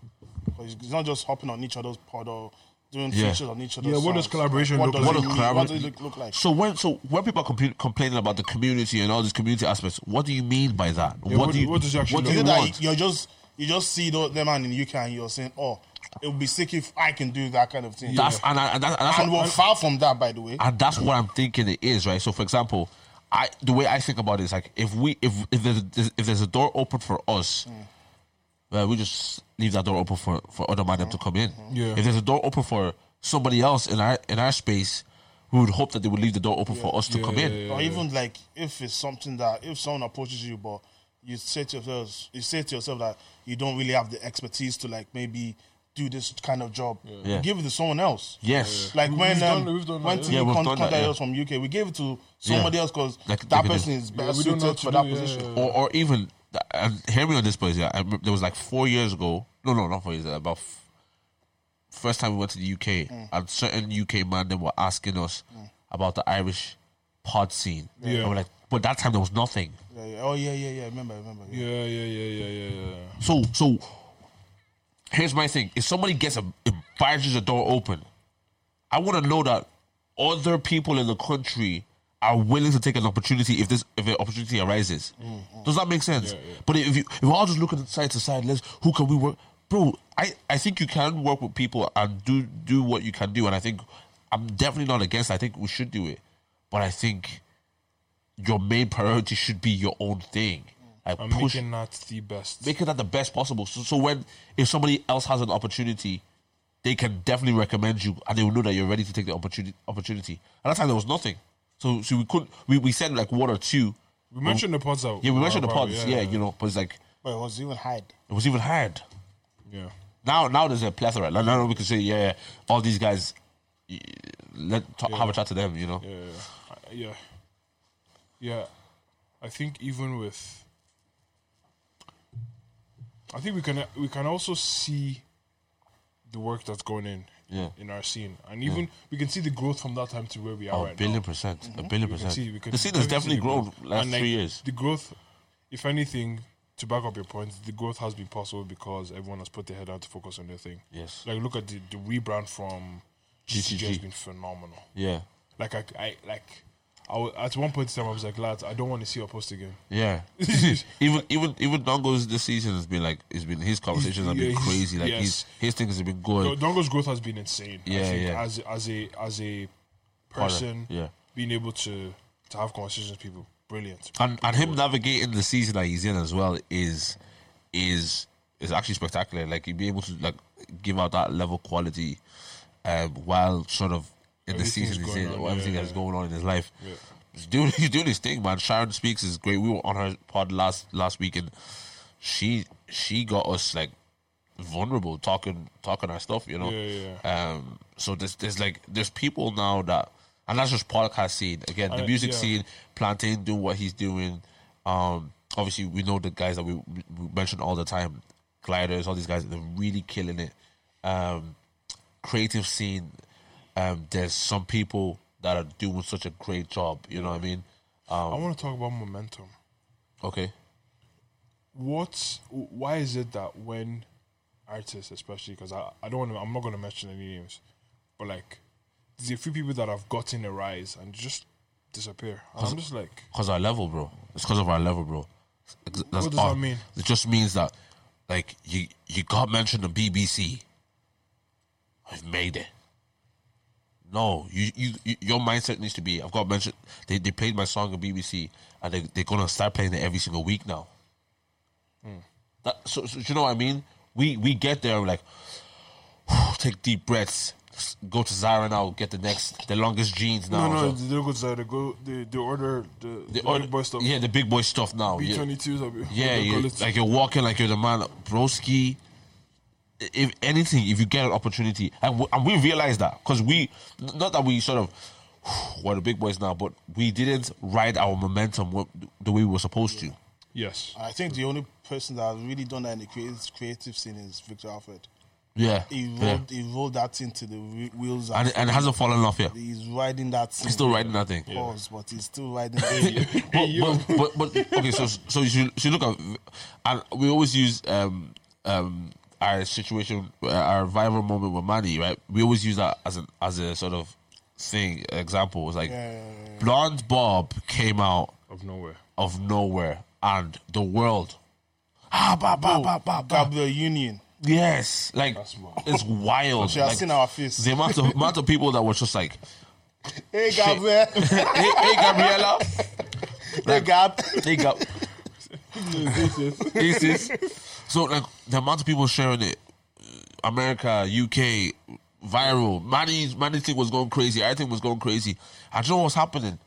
C: 'Cause it's not just hopping on each other's pod or doing
B: Yeah.
C: features on each other's.
A: Yeah, what does
C: songs.
A: collaboration
C: what
A: look
C: does
A: like?
B: what
C: it
B: does
C: mean?
B: collabor-
C: What does it look, look like?
B: So when so when people are compl- complaining about the community and all these community aspects, what do you mean by that? what,
A: what-
B: do you
A: what does it actually
B: what do
A: look
B: you
C: Is it
A: like?
B: want?
C: that you're just you just see tho- them man in the UK and you're saying, oh, it would be sick if I can do that kind of thing.
B: That's and, I, and, that's, and that's
C: and
B: what,
C: we're far from that, by the way.
B: and that's what I'm thinking it is, right? So, for example, I the way I think about it is like if we if if there's, if there's a door open for us, well, we just leave that door open for for other man them to come in.
A: Yeah.
B: If there's a door open for somebody else in our in our space, we would hope that they would leave the door open for us to come in. Oh,
A: Yeah.
C: or even like if it's something that if someone approaches you, but you say to yourself, you say to yourself that you don't really have the expertise to like maybe do this kind of job.
B: Yeah.
C: Give it to someone else.
B: Yes.
C: Like
A: We-
C: when
A: we've
C: um,
A: done- we've done
C: when
A: that,
C: Timmy
B: yeah. Yeah, we've
C: con-
B: done that,
C: contacted
B: yeah.
C: us from UK, we gave it to somebody else because
B: Like,
C: that
B: they can-
C: person is better
A: we don't know
C: suited
A: what
C: for
A: to
C: that
A: do, yeah,
C: position.
A: yeah.
B: or or even and hear me on this place. Yeah, I, rem- there was like four years ago. No, no, not four years. uh, About f- first time we went to the UK, and certain UK man they were asking us about the Irish pod scene.
A: Yeah.
B: and we're like, but that time there was nothing.
C: Yeah, yeah. Oh yeah, yeah, yeah. I Remember, I remember. Yeah.
A: Yeah, yeah, yeah, yeah, yeah, yeah.
B: So, so here's my thing: if somebody gets a if barges a door open, I want to know that other people in the country are willing to take an opportunity if this if an opportunity arises.
A: Mm-hmm.
B: Does that make sense? But if you if we're all just looking at side to side, let's who can we work, bro? I I think you can work with people and do do what you can do, and I think I'm definitely not against. it. I think we should do it, but I think your main priority should be your own thing. Like
A: I'm
B: push
A: making that the best.
B: making that the best possible. So, so when if somebody else has an opportunity, they can definitely recommend you, and they will know that you're ready to take the opportunity. Opportunity. At that time, there was nothing. So, so we could we we sent like one or two.
A: we mentioned the pods out.
B: Yeah, we mentioned the
A: Wow, wow,
B: pods. Yeah, you know, but it's like
C: But it was even hard.
B: it was even hard.
A: yeah.
B: Now, now there's a plethora. Now, now we can say, yeah, yeah all these guys. y- Let talk, have a chat to them. You know.
A: Yeah, yeah, yeah. Yeah. I think even with, I think we can we can also see the work that's going in
B: Yeah.
A: in our scene, and even we can see the growth from that time to where we are
B: Oh,
A: right
B: a
A: now.
B: billion percent, a billion
A: We can
B: percent.
A: see- we can
B: the scene has
A: definitely see
B: definitely
A: the
B: grown
A: growth.
B: last
A: And, like,
B: three years.
A: The growth, if anything, to back up your point, the growth has been possible because everyone has put their head out to focus on their thing.
B: Yes.
A: Like look at the, the rebrand from GCG has
B: GCG.
A: been phenomenal.
B: Yeah,
A: Like I, I like I wa- at one point in time I was like, lads, I don't want to see your post again.
B: yeah. even even even Dongo's this season has been like it's been his conversations have
A: yeah,
B: been
A: he's-
B: crazy. Like
A: yes.
B: his his things have been good.
A: No, Dongo's growth has been insane. I
B: Yeah,
A: think
B: yeah.
A: As as a as a person,
B: yeah.
A: being able to to have conversations with people, brilliant.
B: and and him navigating the season that he's in as well is is is actually spectacular. Like he'd be able to like give out that level quality um, while sort of in the
A: Everything's
B: season he's
A: going
B: in,
A: on,
B: or
A: yeah,
B: everything
A: yeah.
B: that's going on in his life.
A: Yeah.
B: He's doing he's doing his thing, man. Sharon speaks is great. We were on her pod last last week and she she got us like vulnerable talking talking our stuff, you know.
A: Yeah, yeah,
B: Um so there's there's like there's people now that and that's just podcast scene. Again, the
A: I-
B: music
A: yeah.
B: scene, Plantain doing what he's doing. Um, obviously, we know the guys that we, we mention all the time, gliders, all these guys, they're really killing it. Um, creative scene, um, there's some people that are doing such a great job. You know what I mean?
A: I want to talk about momentum.
B: Okay.
A: What? Why is it that when artists, especially because I, I don't want to, I'm not going to mention any names, but like there's a few people that have gotten a rise and just disappear. And I'm just like,
B: Because our level, bro. It's because of our level, bro. Ex- that's
A: does
B: all.
A: that mean?
B: It just means that, like, you you got mentioned on BBC. I've made it. No, you, you you your mindset needs to be. I've got mentioned. They, they played my song on BBC, and they they're gonna start playing it every single week now.
A: Hmm.
B: That so, so do you know what I mean? We we get there we're like, take deep breaths. Go to Zara now. Get the next the longest jeans now.
A: no, no,
B: So-
A: they don't go to Zara, they go, they, they order the, the,
B: all-
A: order boy stuff.
B: Yeah, the big boy stuff now.
A: B
B: Yeah,
A: twenty twos.
B: yeah you, like you're walking like you're the man, broski. If anything, if you get an opportunity, and we, and we realize that because we, not that we sort of, we're the big boys now, but we didn't ride our momentum wh- the way we were supposed to.
A: yes.
C: And I think the only person that has really done that in the creative creative scene is Victor Alfred.
B: Yeah.
C: He rolled,
B: yeah.
C: he rolled that thing to the whe- wheels.
B: And,
C: And,
B: and it hasn't fallen off yet.
C: he's riding that thing.
B: He's still riding that thing.
C: Pause, but he's still riding that thing.
B: But, but, but, but okay, so so you should, should look at, and we always use um um our situation, uh, our viral moment with Manny, right? We always use that as an as a sort of thing example. It's like blonde Bob came out
A: Of nowhere.
B: of nowhere, and the world, ah, bah, bah, bah, bah, bah.
C: Gabriel Union.
B: yes, like
A: wild.
B: it's wild.
C: She has
B: like,
C: seen our face.
B: the amount of amount of people that were just like,
C: Hey, Gabriel.
B: hey, hey Gabriela,
C: hey, Gab.
B: hey Gab. This is so like the amount of people sharing it, uh, America, UK, viral. Manny's Manny thing was going crazy. Everything was going crazy. I don't know what's happening.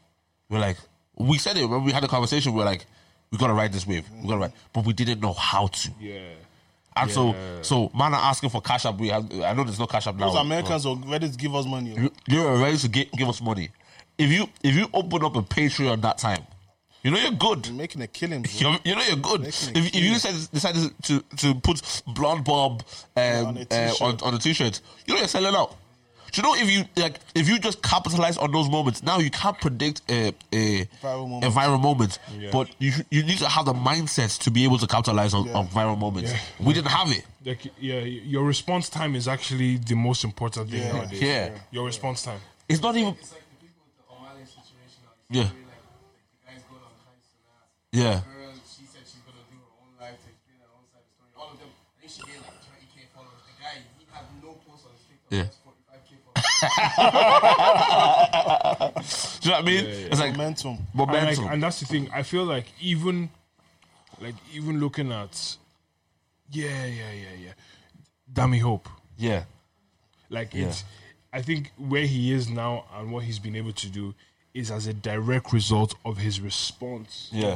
B: We're like, we said it. Remember, we had a conversation. We are like, we gotta ride this wave. We gotta ride, but we didn't know how to.
A: yeah.
B: And
A: Yeah.
B: so, so man are asking for cash up. We have, I know there's no cash up now.
C: Those Americans are ready to give us money. oh.
B: You- you're ready to gi- give us money. If you if you open up a Patreon that time, you know you're good.
C: You're making a killing, bro.
B: You're, you know you're good.
C: Makes me
B: If, if you decide, decided to, to put blonde bob um,
C: On a
B: uh,
C: t-shirt.
B: on, on a t-shirt, you know you're selling out. Do you know if you like if you just capitalize on those moments? Now you can't predict a a
C: Viral moment.
B: a viral moment,
A: Yeah.
B: but you you need to have the mindset to be able to capitalize on, on viral moments. We didn't have it.
A: Like, yeah, your response time is actually the most important thing
C: Yeah.
A: nowadays.
B: Yeah.
A: Your response time.
B: It's not even
D: It's like the people with the Omale situation. Like,
B: Yeah.
D: Like, the guy's going on hikes and that.
B: yeah.
D: Girl, she said she's gonna do her own life to explain her own side of the story. All of them, I think she gained like 20k followers. The guy, he had no posts on his TikTok.
B: Yeah.
D: Yeah. 45k followers.
B: Do you know what I mean? It's like
C: Momentum.
A: And,
B: momentum.
A: like, and that's the thing. I feel like even, like even looking at, yeah, yeah, yeah, yeah, Dammy Hope.
B: yeah,
A: Like it's, I think where he is now and what he's been able to do is as a direct result of his response.
B: yeah,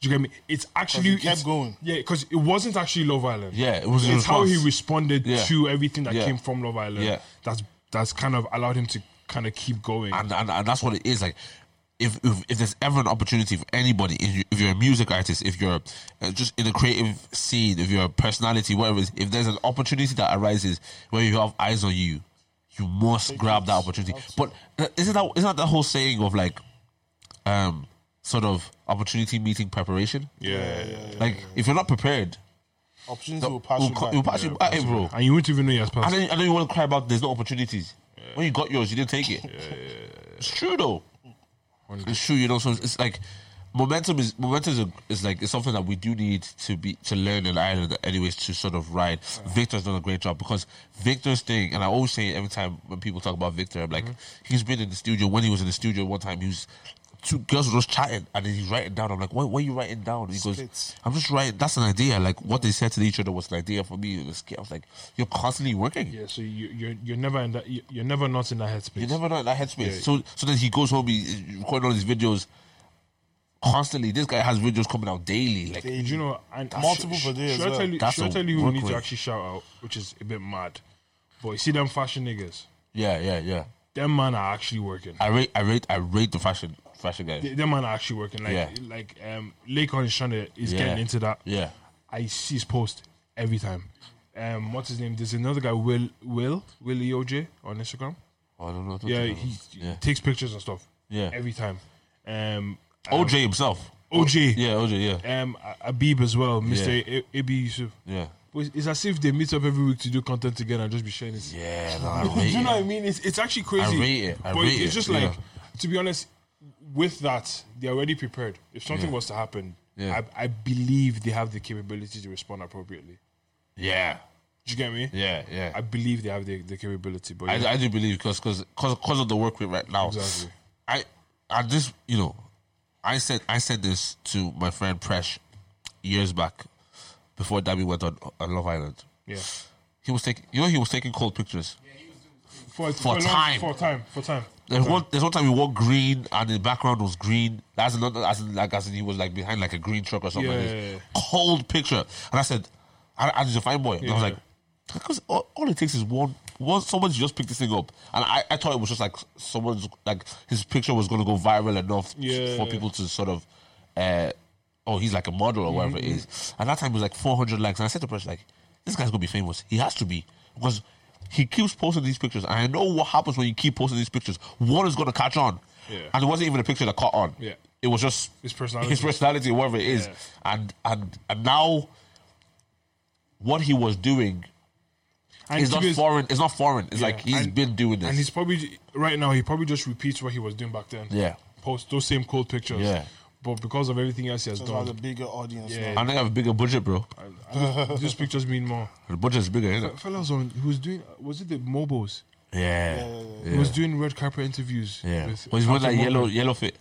A: Do you get me? It's actually
C: he kept
A: it's-
C: going.
A: Yeah, because it wasn't actually Love Island.
B: yeah. It was. a
A: it's how he
B: response.
A: responded
B: Yeah.
A: to everything that
B: Yeah.
A: came from Love Island.
B: Yeah.
A: that's that's kind of allowed him to kind of keep going.
B: and, and and that's what it is like. If, if, if there's ever an opportunity for anybody, if, you, if you're a music artist, if you're uh, just in the creative scene, if you're a personality, whatever, it is, if there's an opportunity that arises where you have eyes on you, you must grab that opportunity. But uh, isn't that isn't that the whole saying of like, um, sort of opportunity meeting preparation?
A: yeah,
B: like if you're not prepared,
C: Opportunity will pass
B: we'll,
C: you
B: co-
C: by.
B: we'll pass you by, bro.
A: and you wouldn't even know he has
B: I
A: passed.
B: don't, I don't even want to cry about there's no opportunities. When you got yours, you didn't take it. It's true though. It's true, you know. So it's, it's like momentum is momentum is, a, is like it's something that we do need to be to learn in Ireland, anyways, to sort of ride. Victor's done a great job because Victor's thing, and I always say it every time when people talk about Victor, I'm like, he's been in the studio. When he was in the studio one time, he was. Two girls were just chatting, and then he's writing down. I'm like, "What? What are you writing down?" He goes,
C: Splits.
B: "I'm just writing. That's an idea. Like what they said to each other was an idea for me. It was, I was like, you're constantly working.
A: Yeah, so you you're, you're never in that you- you're never not in that headspace.
B: You never know in that headspace.
A: Yeah.
B: So so then he goes home, he he recording all his videos constantly. This guy has videos coming out daily. Like
A: Do you know, and
C: Multiple
A: sh-
C: per day as
A: should I
C: well.
A: tell you,
B: That's
A: should I
B: a
A: tell you who we
B: work
A: need
B: rate.
A: to actually shout out, which is a bit mad. But you see them fashion niggas,
B: yeah, yeah, yeah.
A: them man are actually working.
B: I rate I rate I rate the fashion fashion guys.
A: Th- them man are actually working. Like
B: Yeah.
A: like um, Lake on Shonda is
B: Yeah.
A: getting into that.
B: Yeah.
A: I see his post every time. Um, what's his name? There's another guy, Will Will Willie OJ on Instagram.
B: Oh, I don't know. I don't
A: Yeah,
B: know.
A: he
B: yeah.
A: takes pictures and stuff.
B: Yeah.
A: every time. Um,
B: OJ himself.
A: OJ.
B: Yeah, OJ, yeah.
A: Um, A- Abib as well, Mister
B: Yeah.
A: A- Abi Yusuf.
B: Yeah.
A: But it's as if they meet up every week to do content together and just be sharing this.
B: Yeah, no, I
A: Do
B: rate
A: you know what I
B: it.
A: mean? It's it's actually crazy.
B: I rate it. I
A: but
B: rate
A: it's
B: it,
A: just
B: yeah.
A: like, to be honest, with that they're already prepared. If something was to happen,
B: Yeah.
A: I, I believe they have the capability to respond appropriately.
B: Yeah.
A: Do you get me?
B: Yeah, yeah.
A: I believe they have the, the capability, but yeah,
B: I, I do believe because because because of the work rate right now.
A: Exactly.
B: I I just you know, I said I said this to my friend Presh years back before Dabby went on, on Love Island.
A: yeah.
B: He was taking you know he was taking cold pictures.
A: For, a
B: time.
A: for time, for time.
B: There's one there's one time he wore green and the background was green. That's another as in like as in he was like behind like a green truck or something like
A: Yeah,
B: this.
A: yeah,
B: Cold picture. And I said, I, I was a fine boy. And I was
A: Yeah.
B: like, because all, all it takes is one one someone to just pick this thing up. And I, I thought it was just like someone's like his picture was gonna go viral enough
A: Yeah.
B: for people to sort of uh oh he's like a
A: Mm-hmm.
B: model or whatever it is. And that time it was like four hundred likes. And I said to press like, this guy's gonna be famous. He has to be. because he keeps posting these pictures, and I know what happens when you keep posting these pictures. One is going to catch on,
A: Yeah.
B: and it wasn't even a picture that caught on.
A: Yeah.
B: it was just
A: His personality.
B: his personality, whatever it is,
A: Yeah.
B: and and and now what he was doing
A: And
B: is
A: to
B: not
A: be-
B: foreign. It's not foreign. It's like
A: he's
B: he's been doing this.
A: And he's probably right now. He probably just repeats what he was doing back then.
B: Yeah.
A: Post those same cold pictures.
B: Yeah.
A: But because of everything else he has
C: It's about a
A: done,
C: bigger audience.
A: Yeah.
C: Now.
B: I think I have a bigger budget, bro.
A: these pictures mean more.
B: The budget's bigger, isn't it?
A: Fellas on who was doing was it the Mobos?
B: Yeah.
A: He was doing red carpet interviews.
B: Yeah.
A: with
B: Well, he's wearing that
A: Captain
B: yellow,
A: Morgan.
B: yellow fit.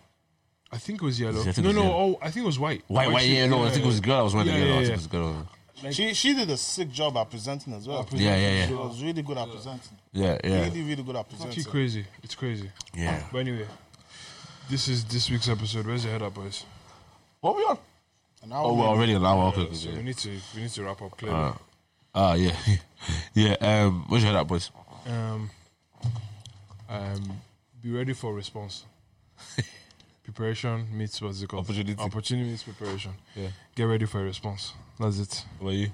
A: I think it was yellow.
B: I think it
A: no,
B: was
A: no.
B: yellow.
A: Oh, I think it was white.
B: White, white,
A: shit,
B: yeah, no, I think it was a girl. I was wearing
A: Yeah,
B: the yellow. I
A: yeah,
B: think
A: yeah.
B: it was a girl.
C: She she did a sick job at presenting as well.
A: presenting
B: Yeah, yeah, yeah.
C: She was really good at presenting.
B: Yeah, yeah.
C: Really, really good at presenting.
A: Actually, crazy. It's crazy.
B: Yeah.
A: But anyway, this is this week's episode. Where's your head up, boys?
B: What we on?
C: And now
B: Oh,
C: we-
B: we're already an hour. Okay.
A: So
B: okay.
A: we need to we need to wrap up clearly.
B: Uh, Ah, yeah. yeah, um, where's your head at, boys?
A: um, um, be ready for response. preparation meets what's it called?
B: Opportunity.
A: Opportunity meets preparation.
B: Yeah.
A: Get ready for a response. That's it.
B: What about you?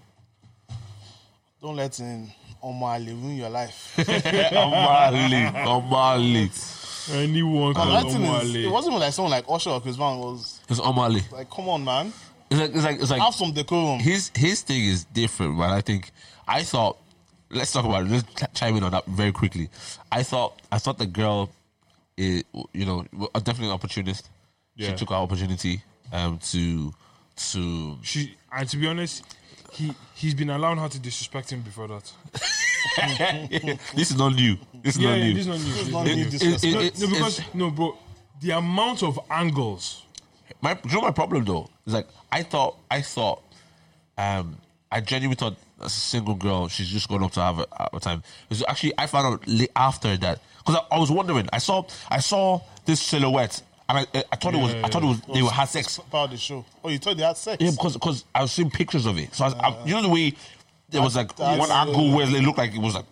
C: don't let in Omar ruin your life.
B: Omali. Omali.
A: Anyone
B: Ah,
C: And
A: can
C: that thing is, it wasn't even like someone like Usher or Chris Brown was
B: It's Omali.
C: like, come on, man,
B: It's like, it's like, it's like.
C: have some decorum.
B: his his thing is different, man. I think I thought let's talk about it. Let's ch- chime in on that very quickly. I thought I thought the girl, is, you know, w- uh, definitely an opportunist. She
A: Yeah.
B: took her opportunity um, to to
A: She and to be honest, he he's been allowing her to disrespect him before that.
B: this is not new. This is
A: Yeah,
B: not
A: yeah
B: new.
A: this is not new. This is
C: not
A: not
C: new.
A: new.
B: It-
C: disrespect.
B: it-
A: No,
B: it's-
A: no, because
B: it's-
A: no, bro. The amount of angles.
B: my you know my problem though is like I thought I thought um I genuinely thought as a single girl she's just going up to have a, have a time. It's actually I found out late after that because I, I was wondering. I saw I saw this silhouette and I, I thought it was I thought it was they were had sex.
C: Part of the show. Oh, you thought they had sex?
B: Yeah, because because I was seeing pictures of it. So I, was, I, you know the way there was like
C: That's-
B: one angle where it looked like it was like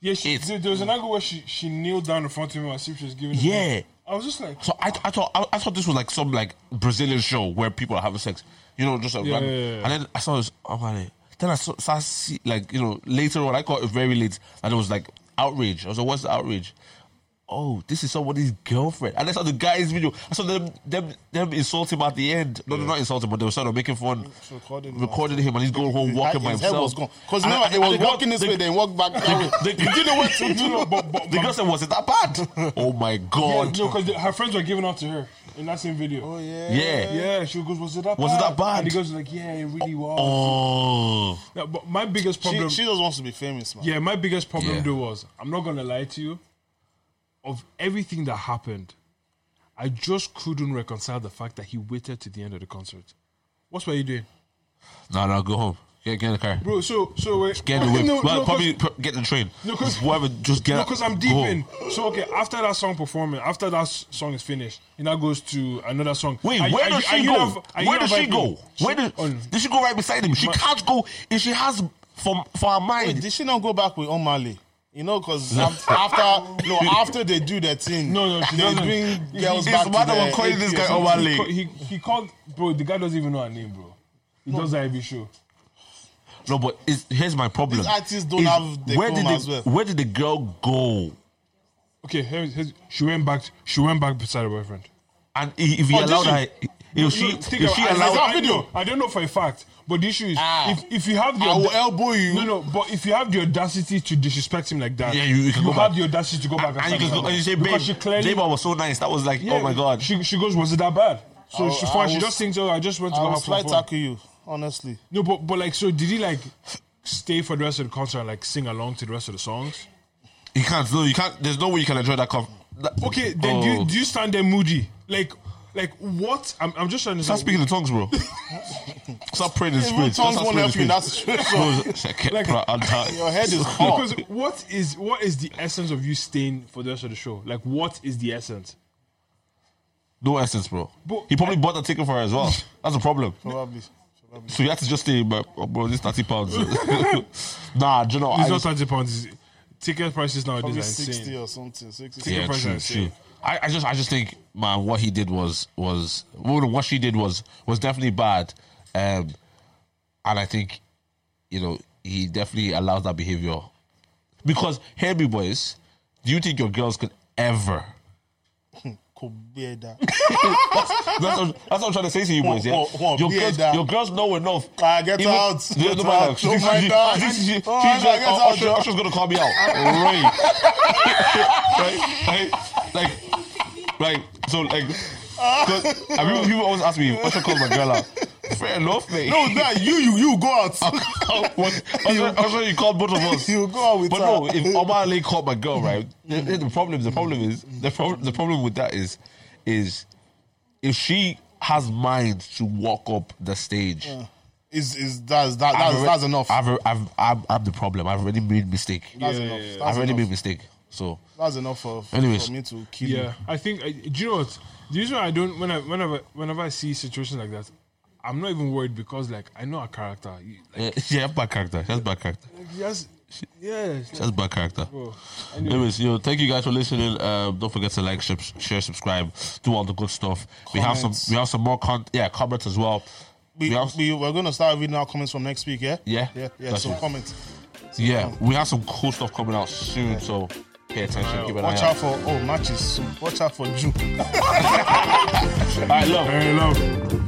A: Yeah, she,
B: It's-
A: there, there was an angle where she, she kneeled down in front of him as if she was giving. him-
B: Yeah.
A: I was just like,
B: So I, I thought I, I thought this was like some like Brazilian show where people are having sex, you know, just like
A: Yeah,
B: random.
A: yeah, yeah.
B: And then I saw this. Oh my! Then I saw, saw see, like you know later on. I caught it very late, and it was like outrage. I was like, "What's the outrage?" Oh, this is somebody's girlfriend. And I saw the guy's video. I saw them them them insult him at the end. No, no, not insult him, but they were sort of making fun,
C: recording
B: recording,
C: him.
B: him, and he's going home walking
C: his
B: by
C: head
B: himself.
C: was gone. Because
B: And I-
C: remember,
B: and
C: it was
B: the girl-
C: walking this
B: the-
C: way, then walk back that way.
B: The, the,
C: You know what to do.
A: no, but, but,
B: the girl said, "Was it that bad?" Oh my
A: Yeah,
B: god!
A: no, because her friends were giving out to her in that same video.
C: Oh, yeah.
B: yeah.
A: Yeah, she goes, was it that
B: Was it
A: bad?
B: that bad?
A: And he goes like, yeah, it really was.
B: Oh.
A: No, but my biggest problem,
C: She, she just wants to be famous, man.
A: yeah, my biggest problem
B: Yeah.
A: though was, I'm not gonna lie to you, of everything that happened, I just couldn't reconcile the fact that he waited to the end of the concert. What's what you doing,
B: No, no, go home. Get, get in the car.
A: bro? So, so wait,
B: Get in the whip.
A: No,
B: well,
A: no, 'cause-
B: probably pr- get in the train.
A: No, 'cause-
B: Just whatever. Just get.
A: No,
B: out.
A: because I'm
B: Go
A: deep
B: home.
A: in. So okay, after that song performing, after that s- song is finished, it now goes to another song.
B: Wait,
A: Are you-
B: where
A: are
B: does
A: you- are
B: she
A: you
B: go?
A: not- are you
B: where
A: not
B: does she
A: vibing?
B: go? Where did?
A: on-
B: Did she go right beside him? She can't go. If she has from for her
C: Wait,
B: mind.
C: did she not go back with Omali? You know, because after no, after they do their thing,
A: No, no, she
C: they
A: doesn't.
C: bring girls
B: His
C: back to
B: mother
C: their
B: was calling
C: AP
B: this
C: or
B: guy
C: something.
A: He,
B: Omali.
A: ca- he, he called, bro. The guy doesn't even know her name, bro. He does that every show.
B: No, but it's, here's my problem.
C: These artists don't
B: Is
C: have the
B: where did
C: phone
B: the,
C: as well.
B: Where did the girl go?
A: Okay, here, here's, she went back. She went back beside her boyfriend.
B: And i- if he
C: Oh, did
B: allowed
C: she?
B: her, if she,
A: No, think
B: if
A: about-
B: she
A: I- I-
B: allowed,
A: I, know, I don't know for a fact, but the issue is
C: Ah.
A: if, if you have the
C: I will
A: auda-
C: elbow you.
A: No, no, but if you have the audacity to disrespect him like that,
B: Yeah, you- you can go
A: have
B: back. Ah,
A: the audacity to go back
B: and you,
A: stand
B: just,
A: beside
B: go- and you say,
A: him.
B: babe,
A: because she clearly
B: Jabba was so nice. That was like, oh my god.
A: She she goes, was it that bad? So
C: I-
A: she
C: I
A: fine. She
C: was-
A: just thinks, oh, I just went to
C: I
A: go
C: will
A: have some
C: fly
A: fun.
C: tackle you, honestly.
A: No, but but like, so did he like stay for the rest of the concert and like sing along to the rest of the songs?
B: You can't. No, you can't. There's no way you can enjoy that. Conf- that Oh.
A: Okay, then do, you, do you stand there moody? Like, like what? I'm, I'm just trying to
B: Stop speaking in tongues, bro. Stop praying in
C: Even
B: spirit.
C: tongues won't help you in that situation.
A: Like-
C: Your head is hot.
A: Because what is what is the essence of you staying for the rest of the show? Like, what is the essence?
B: No essence, bro.
A: But-
B: he probably bought a ticket for her as well. That's a problem.
C: Probably. Probably.
B: So you have to just say, but oh, bro, this thirty pounds. nah, do you know? I
A: It's not
B: just,
A: thirty pounds. it's- Ticket prices nowadays are
C: Probably
A: insane.
C: 60 or something. 60.
B: yeah,
A: price
B: true,
A: is
B: true.
A: safe.
B: I, I just, I just think, man, what he did was, was, well, what she did was, was definitely bad, um, and I think, you know, he definitely allows that behavior Because hear me, boys. Do you think your girls could ever?
C: Could be that.
B: That's what, that's what I'm trying to say to you, boys. Yeah?
C: Whoa, whoa, whoa,
B: your,
C: be
B: girls,
C: that.
B: your girls know enough.
C: Ah, get out.
B: Yeah,
C: Get
B: no matter.
C: out.
B: She-
C: Oh
B: she-
C: my
B: she-
C: God.
B: she- she- she's
C: Oh my
B: like,
C: God, get
B: oh,
C: out,
B: Usher-
C: Joe.
B: Usher's gonna call me out.
A: Right.
B: right? Right? Like, right? So like, 'cause- and people, people always ask me, "Usher calls my girl out." Fair enough, mate.
C: No, that you, you, you go out.
B: Oh, What- Usher, Usher, you called both of us.
C: you go out with
B: But
C: her.
B: no, if Omar Ali caught my girl, right? The, the problem, the problem is the problem. The problem with that is, is if she has mind to walk up the stage,
C: is is that's that
B: I've
C: that's,
B: alre-
C: that's enough.
B: I've, I've, I'm, I'm the problem. I've already made mistake.
C: that's
A: Yeah,
C: enough.
A: yeah, yeah.
C: That's
B: I've already
C: enough.
B: made mistake. So
C: That's enough for, for,
B: Anyways.
C: for me to kill
A: Yeah, I think. I, do you know what? The reason why I don't when I whenever whenever I see situations like that, I'm not even worried because like I know her character. You- Like,
B: yeah, yeah, bad character. That's bad character.
A: yes, yeah. it's like,
B: That's bad character.
A: bro.
B: Anyways, yo, thank you guys for listening. Um, don't forget to like, subs- share, subscribe, do all the good stuff. We have some,
C: Comments.
B: we have some more con, yeah, comments as well.
C: We,
B: We have-
C: we, we're going to start reading our comments from next week, yeah?
B: Yeah.
C: Yeah, yeah.
B: That's
C: So
B: it.
C: comments.
B: Yeah, we have some cool stuff coming out soon, so pay attention. Keep an
C: Watch
B: eye
C: out for, oh, matches. Watch out for June.
B: All right, love.
A: Hey, love.